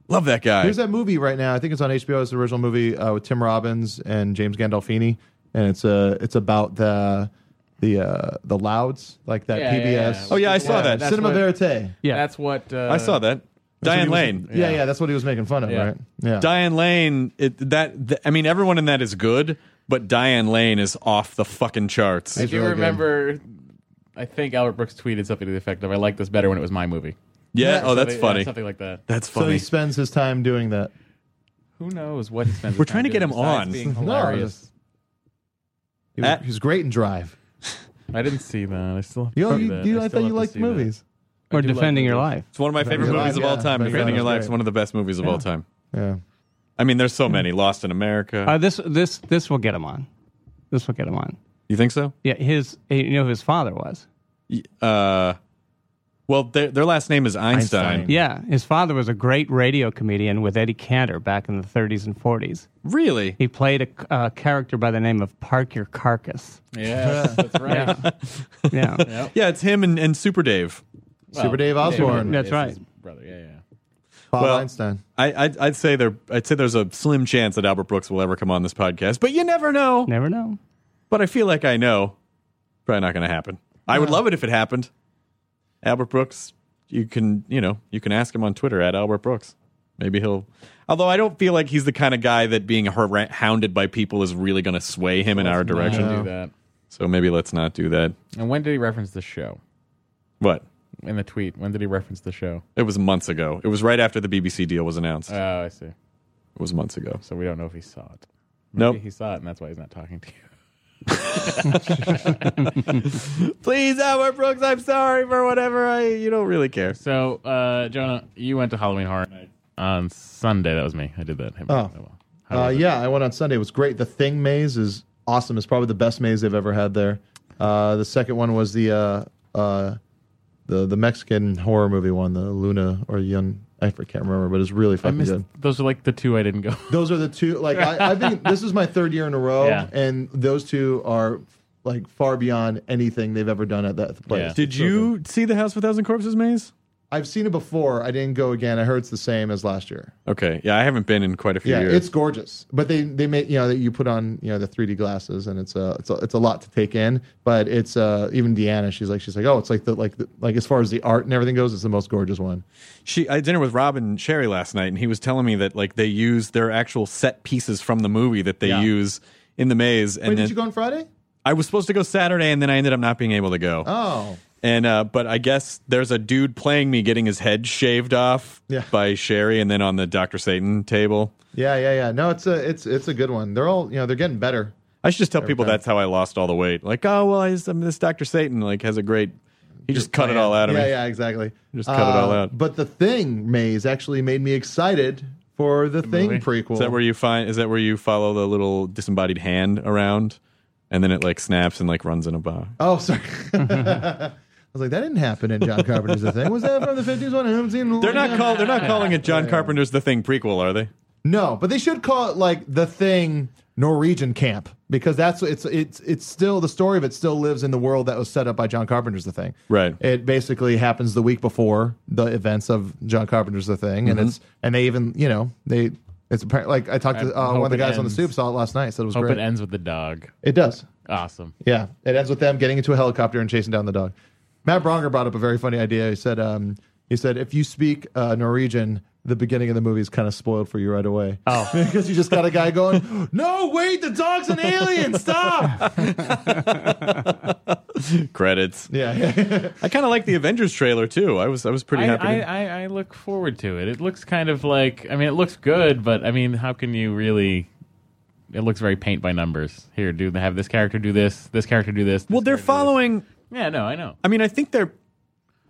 Love that guy. There's that movie right now. I think it's on HBO. It's the original movie uh, with Tim Robbins and James Gandolfini, and it's uh, it's about the the uh, the Louds, like that Yeah, PBS. yeah, yeah. oh yeah, I saw that. that's Cinema what- Verite. Yeah. That's what uh, I saw that. Diane Lane. Yeah, yeah, that's what he was making fun of, Yeah. right? Yeah. Diane Lane, it, that th- I mean, everyone in that is good, but Diane Lane is off the fucking charts. If you really good. remember, I think Albert Brooks tweeted something to the effect of, "I like this better when it was my movie." yeah. Oh, that's Something- yeah, funny. something like that. That's so he funny. spends his time doing that. Who knows what he spends? his We're time trying to get doing him besides on. Being No, hilarious. He was, At- he was great in Drive. I didn't see that. I still. have to You, see you- that. you- I I still thought have you to liked see that. movies. Or do like defending your those. life. It's one of my favorite Your movies Life, of all yeah. time. Very Defending good. Your Life is Great. one of the best movies of all time. Yeah. I mean, there's so many. Lost in America. Uh, this this this will get him on. This will get him on. you think so? Yeah, his you know who his father was. Y- Uh, well, their, their last name is Einstein. Einstein. Yeah, his father was a great radio comedian with Eddie Cantor back in the 30s and 40s. Really? He played a c- a character by the name of Park Your Carcass. Yeah, that's right. Yeah, yeah. Yeah, it's him and, and Super Dave. Super Dave Osborne. That's It's right. his Brother. Yeah, yeah. Bob Well- Einstein. I, I'd, I'd say there. I'd say there's a slim chance that Albert Brooks will ever come on this podcast, but you never know. Never know. But I feel like I know. Probably not going to happen. I would love it if it happened. Albert Brooks, you can you know you can ask him on Twitter at Albert Brooks. Maybe he'll. Although I don't feel like he's the kind of guy that being har- hounded by people is really going to sway him in our I direction. should do that. So maybe let's not do that. And when did he reference the show What? in the tweet? When did he reference the show? It was months ago. It was right after the BBC deal was announced. Oh, I see. it was months ago. So we don't know if he saw it. Nope. Maybe He saw it, and that's why he's not talking to you. Please, Albert Brooks, I'm sorry for whatever I. You don't really care. So, uh, Jonah, you went to Halloween Horror Night on Sunday. That was me. I did that. Oh. How Uh, was it? yeah, I went on Sunday. It was great. The Thing Maze is awesome. It's probably the best maze they've ever had there. Uh, the second one was the uh, uh, the the Mexican horror movie one, the Luna or Yun. I for- can't remember, but it's really I fucking missed. good. Those are like the two I didn't go. Those are the two. Like I, I think this is my third year in a row, Yeah. and those two are like far beyond anything they've ever done at that place. It's Did so you see the House with Thousand Corpses maze? I've seen it before. I didn't go again. I heard it's the same as last year. Okay. Yeah, I haven't been in quite a few Yeah, years. it's gorgeous. But they they make you know that you put on you know the 3D glasses and it's a it's a, it's a lot to take in. But it's uh even Deanna she's like she's like oh it's like the like the, like as far as the art and everything goes it's the most gorgeous one. She I had dinner with Rob and Sherry last night, and he was telling me that like they use their actual set pieces from the movie that they Yeah. use in the maze. And Wait, then did you go on Friday? I was supposed to go Saturday, and then I ended up not being able to go. Oh. And uh, but I guess there's a dude playing me getting his head shaved off Yeah. by Sherry, and then on the Doctor Satan table. Yeah, yeah, yeah. No, it's a it's it's a good one. They're all you know they're getting better. I should just tell Every people time. that's how I lost all the weight. Like, oh well, I just, I mean, this Doctor Satan like has a great. He just cut it all out of yeah, me. yeah, exactly. Just cut it all Uh, out. But the thing maze actually made me excited for the, thing prequel. Is that where you find? Is that where you follow the little disembodied hand around, and then it like snaps and like runs in a bar? Oh, sorry. I was like, that didn't happen in John Carpenter's The Thing. Was that from the 50s one? I haven't seen it in a They're long not time. call, They're not calling it John Carpenter's The Thing prequel, are they? No, but they should call it like The Thing Norwegian Camp because that's it's it's it's still the story of it still lives in the world that was set up by John Carpenter's The Thing. Right. It basically happens the week before the events of John Carpenter's The Thing, and Mm-hmm. Mhm. it's and they even you know they it's apparent like I talked to I uh, one hope of the it guys on the ends. soup saw it last night, so it was Hope great. it ends with the dog. It does. Awesome. Yeah, it ends with them getting into a helicopter and chasing down the dog. Matt Bronger brought up a very funny idea. He said, um, he said, if you speak uh, Norwegian, the beginning of the movie is kind of spoiled for you right away. Oh, because you just got a guy going, no, wait, the dog's an alien, stop. Credits. Yeah, yeah. I kind of like the Avengers trailer too. I was I was pretty I, happy. I, to- I, I look forward to it. It looks kind of like I mean, it looks good, but I mean, how can you really? It looks very paint by numbers. Here, do they have this character do this? This character do this? well, they're following. Yeah, no, I know. I mean, I think they're.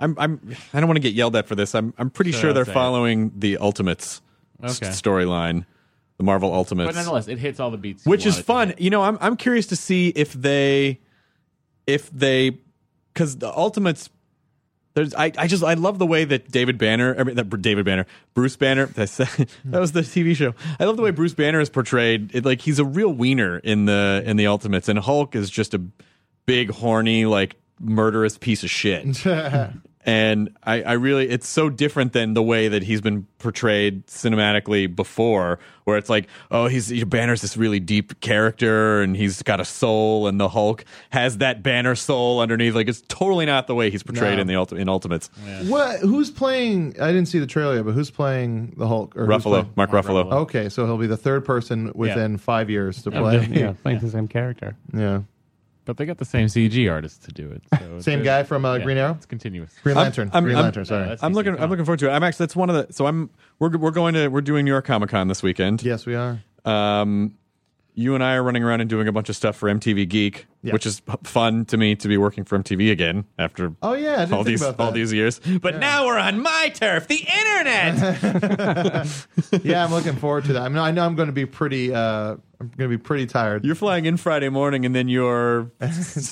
I'm. I'm. I don't want to get yelled at for this. I'm. I'm pretty Sure, sure, I'll they're say it. following the Ultimates s- Okay. storyline, the Marvel Ultimates. But nonetheless, it hits all the beats, you which is want it to fun. You know, I'm I'm curious to see if they, if they, because the Ultimates. There's, I, I just I love the way that David Banner, I mean, that David Banner, Bruce Banner. That's, that was the TV show. I love the way Bruce Banner is portrayed. It, like he's a real wiener in the in the Ultimates, and Hulk is just a big horny like murderous piece of shit. and I, I really it's so different than the way that he's been portrayed cinematically before where it's like oh he's he- banner's this really deep character and he's got a soul and the hulk has that banner soul underneath like it's totally not the way he's portrayed No. in the ulti- in ultimates what? Who's playing? I didn't see the trailer, yet, but who's playing the Hulk? Or who's ruffalo playing- mark ruffalo, Okay, so he'll be the third person within five years to Yeah, play. yeah, playing the same character. yeah. But they got the same CG artists to do it. So Same it's- guy from uh, yeah, Green Arrow, It's continuous. Uh, Green I'm- Lantern. I'm- Green I'm- Lantern. Sorry. that's- i'm looking i'm looking forward to it i'm actually that's one of the so i'm we're, we're going to we're doing new york comic-con this weekend yes, we are. um, you and I are running around and doing a bunch of stuff for MTV Geek, Yeah. which is p- fun to me to be working for MTV again after Oh yeah, I didn't all think these about all that. these years. But now we're on my turf, the internet. yeah, I'm looking forward to that. I mean, I know I'm going to be pretty. Uh, I'm going to be pretty tired. you're flying in Friday morning, and then you're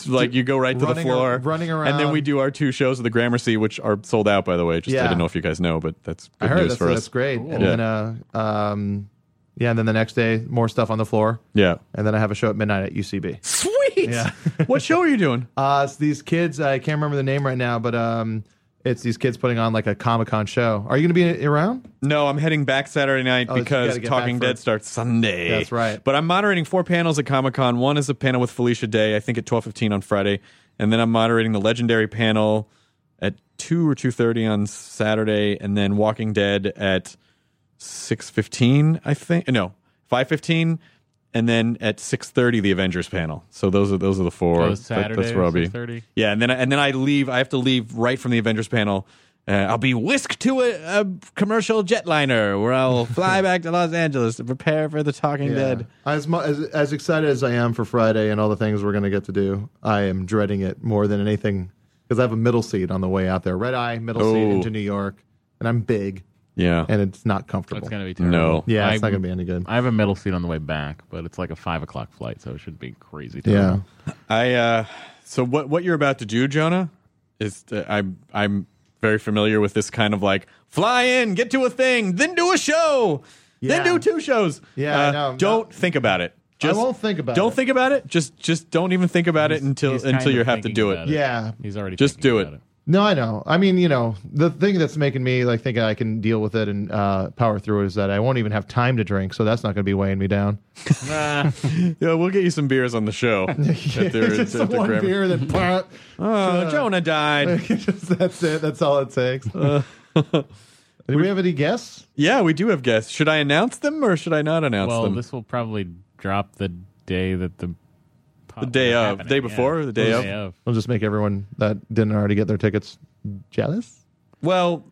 like you go right to the Running floor, ar- running and then around. we do our two shows at the Gramercy, which are sold out by the way. Just I Yeah. didn't know if you guys know, but that's good I heard news that's, for that's us. great. And Yeah. then, uh, um, yeah, and then the next day, more stuff on the floor, Yeah, and then I have a show at midnight at UCB. sweet. Yeah. what show are you doing? Uh, it's these kids. I can't remember the name right now, but um, it's these kids putting on like a Comic Con show. Are you going to be around? No, I'm heading back Saturday night Oh, so you because gotta get Talking back for- Dead starts Sunday. That's right. But I'm moderating four panels at Comic Con. One is a panel with Felicia Day, I think at 12:15 on Friday, and then I'm moderating the Legendary panel at two or 2:30 on Saturday, and then Walking Dead at 6:15, I think. No, 5:15. And then at six thirty, the Avengers panel. So those are those are the four. Oh, That- Saturday, that's where I'll be. 6:30? Yeah, and then I- and then I leave. I have to leave right from the Avengers panel. Uh, I'll be whisked to a, a commercial jetliner where I'll fly back to Los Angeles to prepare for the Talking Dead. As, mu- as as excited as I am for Friday and all the things we're going to get to do, I am dreading it more than anything because I have a middle seat on the way out there. Red eye, middle seat Oh. into New York, and I'm big Yeah, and it's not comfortable. It's gonna be terrible. No. yeah, it's I- not going to be any good. I have a middle seat on the way back, but it's like a five o'clock flight, so it should be crazy. Yeah. terrible. I. Uh, so what what you're about to do, Jonah, is uh, I'm I'm very familiar with this kind of like fly in, get to a thing, then do a show, Yeah. then do two shows. Yeah, I Uh, know. No. Don't think about it. Just, I won't think about don't it. think about it. Just just don't even think about it until he's until kind you of have to thinking do about it. it. Yeah. He's already just do it. No, I know. I mean, you know, the thing that's making me like think I can deal with it and uh, power through it is that I won't even have time to drink, so that's not going to be weighing me down. Uh, yeah, we'll get you some beers on the show. If there is- Just if the one grammar- beer that. Blah, Oh, Jonah died. that's it. That's all it takes. Do we have any guests? Yeah, we do have guests. Should I announce them or should I not announce well, them? this will probably drop the day that the the day of, the day before, or the day of. We'll just make everyone that didn't already get their tickets jealous. Well,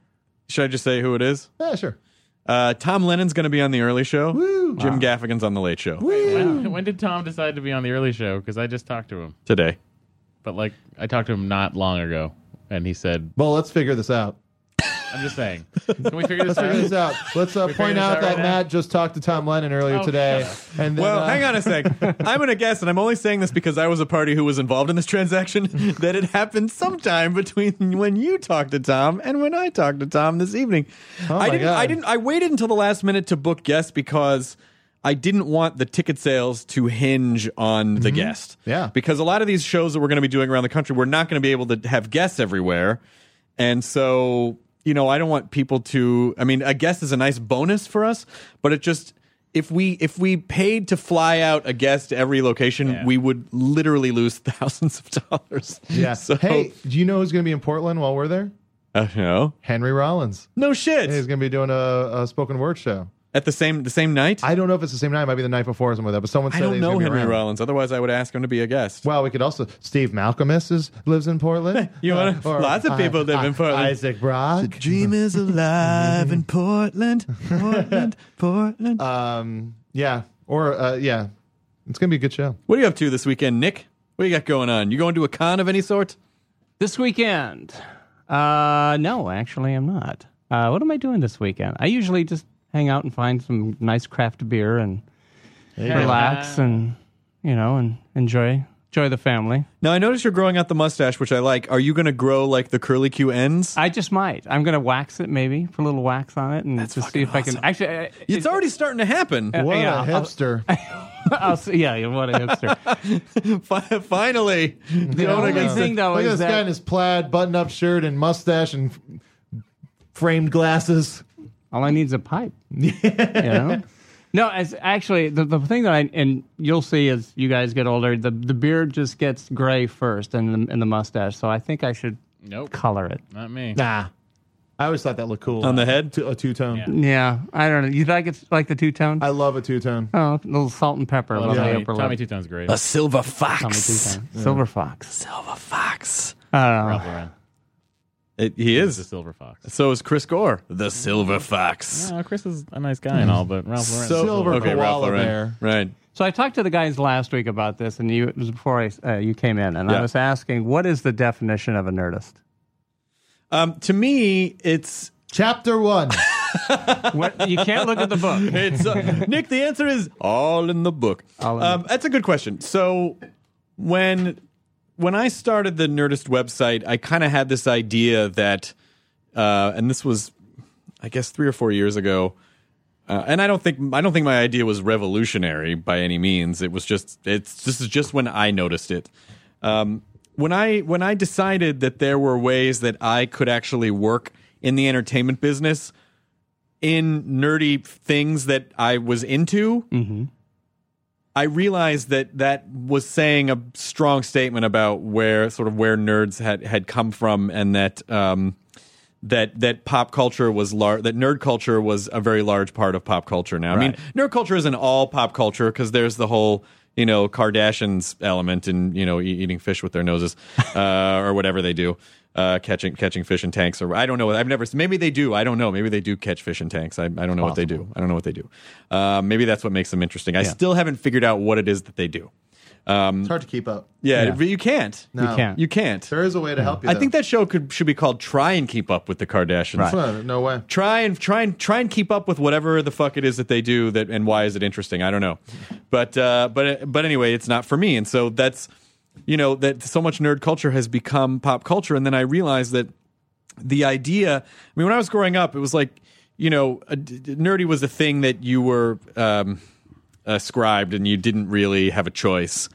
should I just say who it is? Yeah, sure. Uh, Tom Lennon's going to be on the early show. Jim Gaffigan's on the late show When, when did Tom decide to be on the early show? Because I just talked to him, today. but like I talked to him not long ago, and he said, Well, let's figure this out. "I'm just saying, can we figure this Let's out?" figure this out. Let's uh, We figure point this out out that right now? Matt just talked to Tom Lennon earlier Oh, today, shut up. and then, well, uh, hang on a sec. I'm going to guess, and I'm only saying this because I was a party who was involved in this transaction, that it happened sometime between when you talked to Tom and when I talked to Tom this evening. I Oh my didn't I God. didn't I waited until the last minute to book guests because I didn't want the ticket sales to hinge on the guest. Mm-hmm. Yeah. Because a lot of these shows that we're going to be doing around the country, we're not going to be able to have guests everywhere. And so, you know, I don't want people to I mean, a guest is a nice bonus for us, but it just if we if we paid to fly out a guest to every location, we would literally lose thousands of dollars. Yeah. So, hey, do you know who's going to be in Portland while we're there? uh, no. Henry Rollins. No shit. He's going to be doing a, a spoken word show. At the same the same night? I don't know if it's the same night. It might be the night before or something like that. But someone I said that don't he's know gonna be Henry around. Rollins. Otherwise, I would ask him to be a guest. Well, we could also Steve Malcolmus is, lives in Portland. You uh, wanna- lots of people live in Portland. Isaac Brock. dream is alive in Portland, Portland, Uh, Portland. Um, yeah, or uh, yeah, it's gonna be a good show. what are you up to this weekend, Nick? What you got going on? You going to a con of any sort? This weekend? Uh, no, actually, I'm not. Uh, what am I doing this weekend? I usually just hang out and find some nice craft beer and you go. relax and you know and enjoy enjoy the family. Now I notice you're growing out the mustache, which I like. Are you going to grow like the curly Q ends? I just might. I'm gonna wax it maybe, put a little wax on it, and just see if I can. Actually, I- It's already starting to happen. Uh, What yeah, a I'll- hipster! I'll see, yeah, yeah, what a hipster. Fi- Finally, The only gets thing though Look at is this guy in that his plaid button-up shirt and mustache and f- framed glasses. all I need is a pipe. you know? No, as actually the, the thing that I and you'll see as you guys get older, the, the beard just gets gray first, and the, and the mustache. So I think I should Nope, color it. not me. Nah, I always thought that looked cool On the head? Two- a two-tone. Yeah, I don't know. You think it's like the two tone? I love a two-tone. Oh, a little salt and pepper. I on love the Tommy, upper Tommy lip. Two Tone's great. a silver Tommy two fox. tone. Silver fox. Silver fox. I Ralph don't know. Lauren. It, he He's a is. silver fox. So is Chris Gore, the silver fox. No, Chris is a nice guy and all, but Ralph Lauren. So, Silver okay, Ralph koala Lauren. bear. Right. So I talked to the guys last week about this, and you it was before I, uh, you came in, and Yeah. I was asking, what is the definition of a nerdist? Um, to me, it's Chapter one. What, you can't look at the book. It's uh, Nick. The answer is all in the book. All in the- um, that's a good question. So when when I started the Nerdist website, I kind of had this idea that, uh, and this was, I guess, three or four years ago. Uh, and I don't think I don't think my idea was revolutionary by any means. It was just it's this is just when I noticed it. Um, when I when I decided that there were ways that I could actually work in the entertainment business in nerdy things that I was into, I realized that that was saying a strong statement about where sort of where nerds had had come from, and that um, that that pop culture was large, that nerd culture was a very large part of pop culture. Now, I mean, nerd culture isn't all pop culture because there's the whole you know Kardashians element and you know e- eating fish with their noses uh, or whatever they do. Uh, catching catching fish in tanks, or I don't know. I've never. Maybe they do. I don't know. Maybe they do catch fish in tanks. I, I don't know what they do. I don't know what they do. Uh, maybe that's what makes them interesting. I still haven't figured out what it is that they do. it's hard to keep up. Yeah, but you can't. No. You can't. You can't. There is a way to help you. I though. think that show could should be called "Try and Keep Up with the Kardashians." Well, no way. try and try and try and keep up with whatever the fuck it is that they do that and why is it interesting i don't know but uh but but anyway it's not for me and so that's you know that so much nerd culture has become pop culture and then i realized that the idea i mean when i was growing up it was like you know a d- d- nerdy was the thing that you were um uh, uh, scribed and you didn't really have a choice.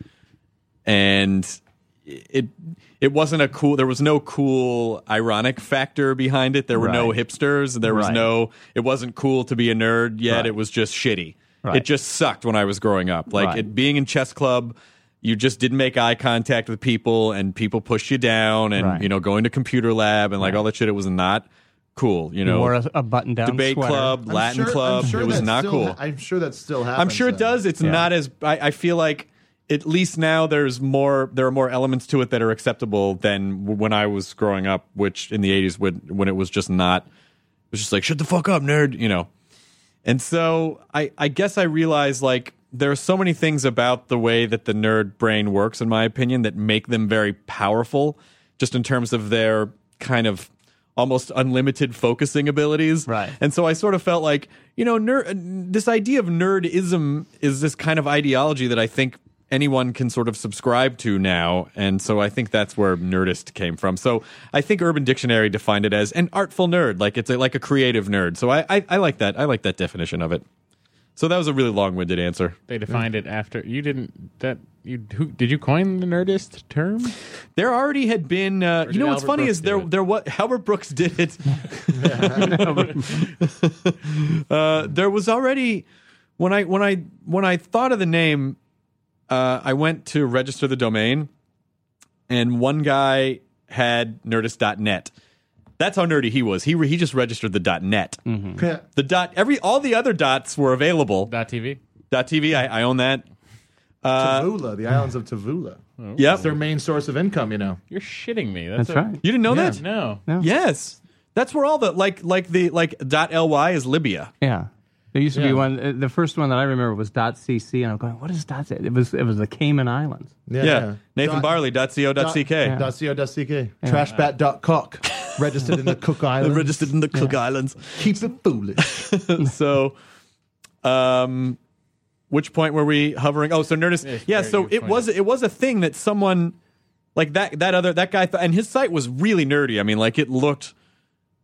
And it it wasn't a cool there was no cool ironic factor behind it. There were no Right. hipsters, there was Right. no it wasn't cool to be a nerd yet. Right. It was just shitty. Right. It just sucked when I was growing up. Like Right. it, being in chess club, you just didn't make eye contact with people and people pushed you down and Right. you know going to computer lab and like all that shit it was not cool, you know. wore a, a button-down debate sweater. club, I'm Latin sure- club, I'm sure it was that not still cool. ha- I'm sure that still happens. I'm sure it does. It's Yeah. not as I, I feel like at least now there's more there are more elements to it that are acceptable than w- when I was growing up, which in the 80s would when it was just not it was just like shut the fuck up nerd, you know. And so I I guess I realize like there are so many things about the way that the nerd brain works in my opinion that make them very powerful just in terms of their kind of almost unlimited focusing abilities. Right. And so I sort of felt like, you know, ner- this idea of nerdism is this kind of ideology that I think anyone can sort of subscribe to now. And so I think that's where nerdist came from. So I think Urban Dictionary defined it as an artful nerd, like it's a, like a creative nerd. So I, I, I like that. I like that definition of it. So that was a really long-winded answer. They defined it after you didn't that you who did you coin the nerdist term? There already had been uh, you know what's funny is there there what Albert Brooks did it. uh, there was already when I when I when I thought of the name, uh, I went to register the domain, and one guy had Nerdist.net. That's how nerdy he was. He re- he just registered the .net. Yeah. The dot every all the other dots were available. Dot TV. Dot TV. I, I own that. Uh, Hmm. Tavula, the islands of Tavula. Yep. It's their main source of income, you know. You're shitting me. That's That's a- right. You didn't know Yeah. that? No. Yes. That's where all the like like the like dot ly is Libya. Yeah. There used to Yeah. be one. uh, The first one that I remember was .cc, and I'm going, "What is .cc?" It was it was the Cayman Islands. Yeah. Nathan Dot- Barley dot co dot ck. Dot co. Dot ck. Trashbat.cock. Registered in the Cook Islands. Registered in the Cook Islands. Keep it foolish. so um which point were we hovering? Oh, so Nerdist. Yeah, so it was it was a thing that someone like that that other that guy th- and his site was really nerdy. I mean, like it looked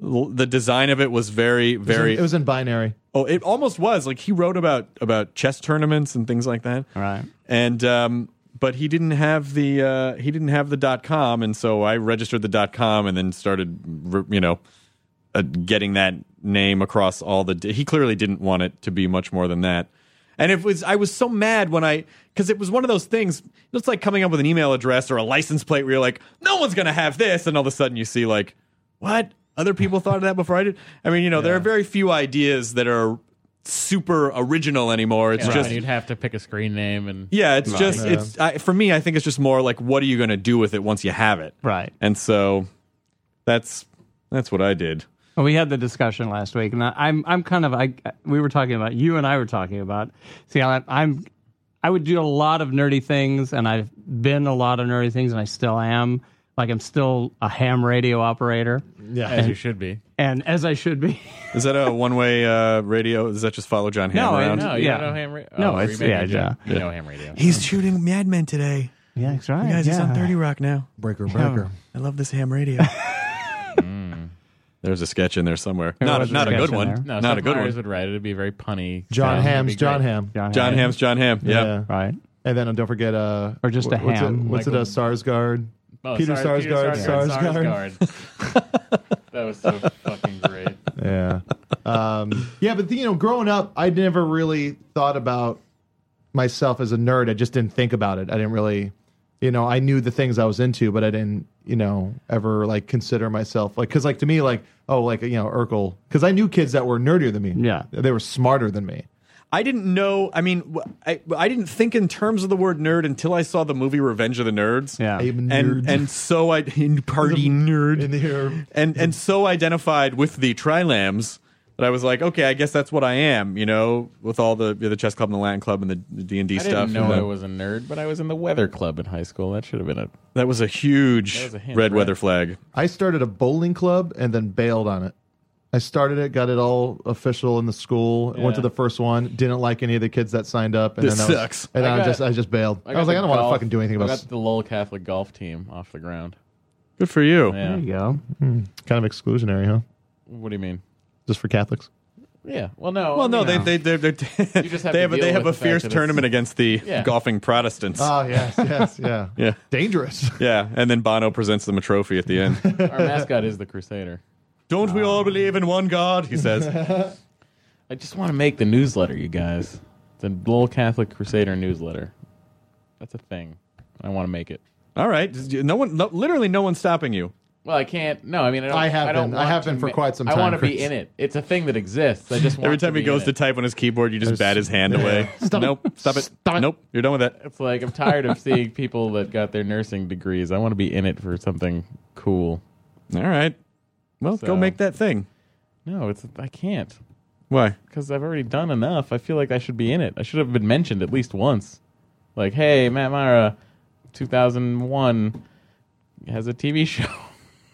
l- the design of it was very very It was in- It was in binary. Oh, it almost was like he wrote about about chess tournaments and things like that. Right. And um, but he didn't have the uh, he didn't have the dot com, and so I registered the dot com, and then started r- you know uh, getting that name across all the. He clearly didn't want it to be much more than that. And it was I was so mad when I because it was one of those things. It's like coming up with an email address or a license plate where you're like, no one's gonna have this, and all of a sudden you see like, what other people thought of that before I did. I mean, you know, there are very few ideas that are super original anymore. It's Yeah, just and you'd have to pick a screen name and yeah, it's Right. just Yeah. it's I, for me. I think it's just more like what are you going to do with it once you have it, Right. And so that's that's what I did. Well, we had the discussion last week, and I, I'm I'm kind of I we were talking about you and I were talking about. See, I, I'm I would do a lot of nerdy things, and I've been a lot of nerdy things, and I still am. Like I'm still a ham radio operator. Yeah, as you should be. and as I should be. Is that a one way uh, radio? Does that just follow John Ham No, I- around? no, you yeah. don't know ham radio. No, oh, it's- you made yeah, a joke. yeah. You know ham radio. He's shooting Mad Men today. Yeah, that's right. guys, he's on yeah. 30 Rock now. Breaker, I love this ham radio. Hmm. There's a sketch in there somewhere. There not was a, not a sketch good in one. there. No, not a good Sapphires one. would write it. It'd be very punny. John It'd Ham's be John great. Ham. John Ham's John Ham. Yep. Yeah. Right. And then uh, don't forget, uh, Or just a wh- what's ham, It, what's Michael. it? A Sarsgaard. Oh, Peter sorry, Sarsgaard. Sarsgaard. that was so fucking great. yeah. Um, yeah, but you know, growing up, I never really thought about myself as a nerd. I just didn't think about it. I didn't really, you know, I knew the things I was into, but I didn't, you know, ever like consider myself like because like to me like oh like you know Urkel because I knew kids that were nerdier than me. Yeah, they were smarter than me. I didn't know. I mean, wh- I, I didn't think in terms of the word nerd until I saw the movie Revenge of the Nerds. Yeah. I'm a and nerd. and so I in party nerd In the and and so identified with the Trilams that I was like, okay, I guess that's what I am. You know, with all the the chess club and the Latin club and the D and D I stuff. didn't know and I the- was a nerd, but I was in the weather club in high school. That should have been a That was a huge That was a hint, red right? weather flag. I started a bowling club and then bailed on it. I started it, got it all official in the school. Went to Yeah. the first one, didn't like any of the kids that signed up, and This then that was- sucks. and I, I got- just I just bailed. I, got was like, the I don't want golf- to fucking do anything about I it. got the Lowell Catholic golf team off the ground. Good for you. Yeah. There you go. Kind of exclusionary, huh? What do you mean? Just for Catholics. Yeah. Well, no. Well, I no, mean, they they they they're, You just have they to have a, deal they have a with the fact fierce that it's- tournament against the Yeah. golfing Protestants. Oh yes, yes, yeah. yeah, dangerous. Yeah, and then Bono presents them a trophy at the end. Our mascot is the Crusader. Don't we all believe in one God? He says. I just want to make the newsletter, you guys. The Lowell Catholic Crusader newsletter. That's a thing. I want to make it. all right, just- no one, no, literally, no one's stopping you. Well, I can't. No, I mean, I, don't, I have don't been. I want have to been for ma- quite some I time, want to be Chris. in it. It's a thing that exists. I just want Every time to he be goes in to it. type on his keyboard, you just bat his hand away. Stop it. nope, stop it. Nope, you're done with that. It's like I'm tired of seeing people that got their nursing degrees. I want to be in it for something cool. All right. Well, go make that thing. No, it's I can't Why? because I've already done enough. I feel like I should be in it. I should have been mentioned at least once. Like, hey, Matt Myra, 2001 has a TV show.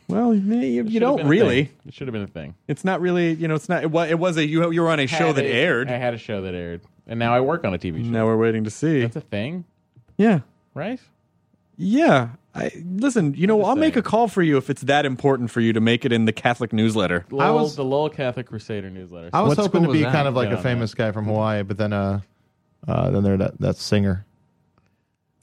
Well, you, It you should have don't been a really. thing. It should have been a thing. It's not really. You know, it's not. It was. It was a. You, you were on a show Had that a- aired. I had a show that aired, and now I work on a TV show. Now we're waiting to see. That's a thing, yeah. right? Yeah. I, listen, you know, I'll make a call for you if it's that important for you to make it in the Catholic newsletter. Lowell, was- the Lowell Catholic Crusader newsletter. I What was hoping to school was be that? kind of like Get a on famous guy from Hawaii, but then uh, uh then there that that singer,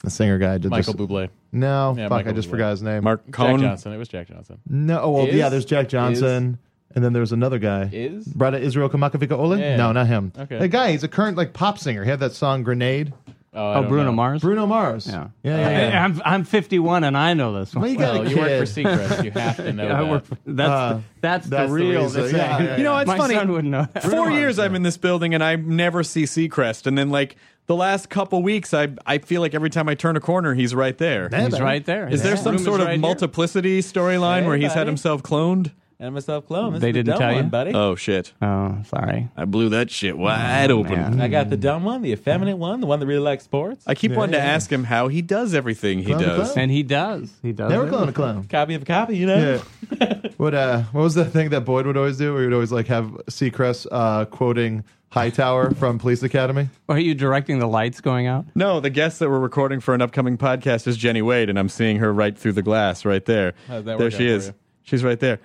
the singer guy that. did Michael this- Bublé. No, Yeah, fuck, Michael I just Bublé. forgot his name. Mark Jack Cohn? Johnson. It was Jack Johnson. No, oh well, Is- yeah. There's Jack Johnson, and then there's another guy. Is? Brother Israel Kamakavika Olin? Yeah. No, not him. Okay. The guy, he's a current like pop singer. He had that song Grenade. Oh, I Oh, don't Bruno know. Mars. Bruno Mars. Yeah. Yeah, yeah, yeah. I'm I'm 51 and I know this one. Well, you got Well, a you work for kid. Seacrest. You have to know I that. work for, that's Uh, that's, that's the the real. reason. that's- Yeah, yeah, yeah. You know, it's my funny. son wouldn't know. That. Four years I'm in this building and I never see Seacrest. And then, like, the last couple weeks, I, I feel like every time I turn a corner, he's right there. Yeah, He's buddy. right there. Is there His some room is sort of right here. multiplicity storyline where he's had buddy. himself cloned? and myself, clone. This They is the didn't dumb tell you? one, buddy. Oh, shit. Oh, sorry. I blew that shit wide open. man. I got the Mm. dumb one, the effeminate one, the one that really likes sports. I keep wanting to ask him how he does everything he Clone to does. clone? And he does. He does. Never it. clone a clown. copy of a copy, you know. Yeah. what uh what was the thing that Boyd would always do? Where he would always like have Seacrest uh quoting Hightower from Police Academy. Are you directing the lights going out? No, the guest that we're recording for an upcoming podcast is Jenny Wade, and I'm seeing her right through the glass right there. How'd there that work she out is. for you? She's right there.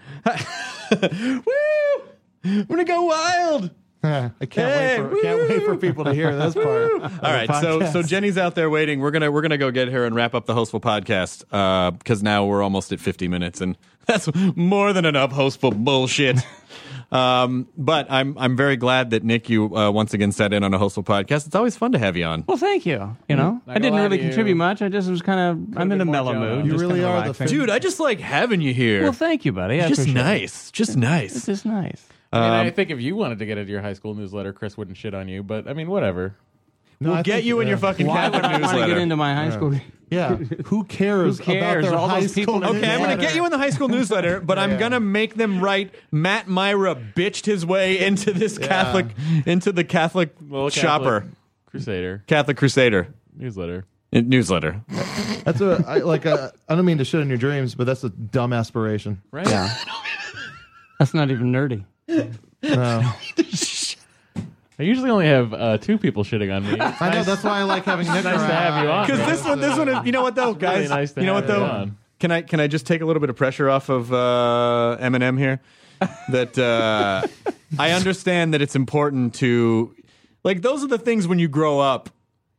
Woo! We're gonna go wild. I can't Hey, wait for can't wait for people to hear this part. of the All right, so podcast. so Jenny's out there waiting. We're gonna we're gonna go get her and wrap up the hostful podcast because now we're almost at 50 minutes, and that's more than enough hostful bullshit. um, but I'm I'm very glad that Nick you uh, once again sat in on a hostful podcast. It's always fun to have you on. Well, thank you. You know, I gonna didn't lie really to contribute you. much. I just was kind of. I'm in been a more mellow Jonah. mood. You just really kinda are the relaxing. fan. Dude, I just like having you here. Well, thank you, buddy. I just appreciate it. nice, just nice. Um, This is nice. I, mean, I think if you wanted to get into your high school newsletter, Chris wouldn't shit on you. But I mean, whatever. No, we'll I get think- you in your yeah. fucking Why Catholic would I want to newsletter. get into my high school? Yeah, who cares, Who cares? about their All high those people school that- Okay, I'm gonna get you in the high school newsletter, but I'm Yeah. gonna make them write Matt Myra bitched his way into this Catholic, into the Catholic Well, shopper, Catholic Crusader Catholic Crusader newsletter. uh, newsletter. That's a I, like a, I don't mean to shit on your dreams, but that's a dumb aspiration. Right. That's not even nerdy. No. I usually only have uh, two people shitting on me. It's I know that's why I like having Nick nice to have you on. Because man. this one, this one is, you know what though, really guys, nice to you know have what you though. on. Can I can I just take a little bit of pressure off of uh, Eminem here? That uh, I understand that it's important to like those are the things when you grow up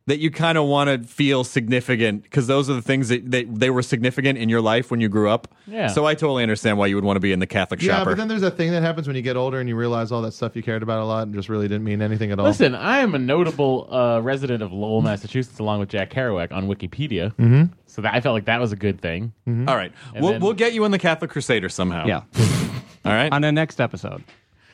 that you kind of want to feel significant because those are the things that they, they were significant in your life when you grew up. Yeah. So I totally understand why you would want to be in the Catholic Yeah, shopper. but then there's that thing that happens when you get older and you realize all that stuff you cared about a lot and just really didn't mean anything at all. Listen, I am a notable uh, resident of Lowell, Massachusetts, along with Jack Kerouac on Wikipedia. So that, I felt like that was a good thing. All right, we'll then- we'll get you in the Catholic Crusader somehow. Yeah. All right, On the next episode.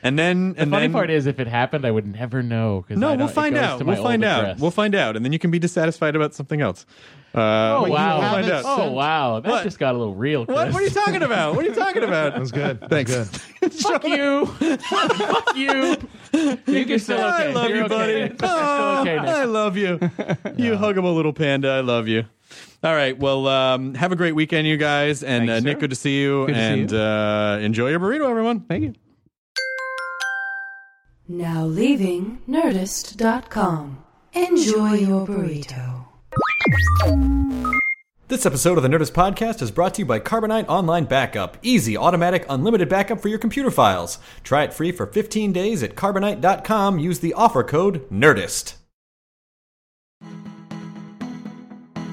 and then The and funny then, part is, if it happened, I would never know. 'cause I No, don't- we'll it find goes out. to my We'll find old out. address. We'll find out, and then you can be dissatisfied about something else. Uh, Oh Wait, you wow! haven't Find out. sent- Oh wow! That What? just got a little real. Chris. What? What are you talking about? What are you talking about? That's good. That's Thanks. good. Fuck you! Fuck you! You can still okay. I love You're you, okay. buddy. You're Oh, still okay now. I love you. You huggable little panda. I love you. All right. Well, um, have a great weekend, you guys. And Thanks, uh, sir. Nick, good to see you. Good to see and you. Uh, enjoy your burrito, everyone. Thank you. Now leaving Nerdist.com. Enjoy your burrito. This episode of the Nerdist Podcast is brought to you by Carbonite Online Backup. Easy, automatic, unlimited backup for your computer files. Try it free for 15 days at carbonite.com. Use the offer code NERDIST.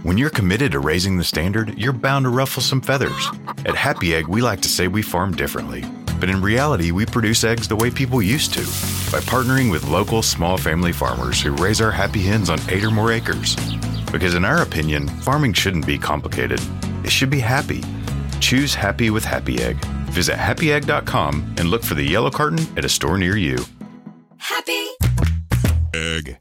When you're committed to raising the standard, you're bound to ruffle some feathers. At Happy Egg, we like to say we farm differently. But in reality, we produce eggs the way people used to by partnering with local small family farmers who raise our happy hens on eight or more acres. Because in our opinion, farming shouldn't be complicated, it should be happy. Choose happy with Happy Egg. Visit happyegg.com and look for the yellow carton at a store near you. Happy Egg.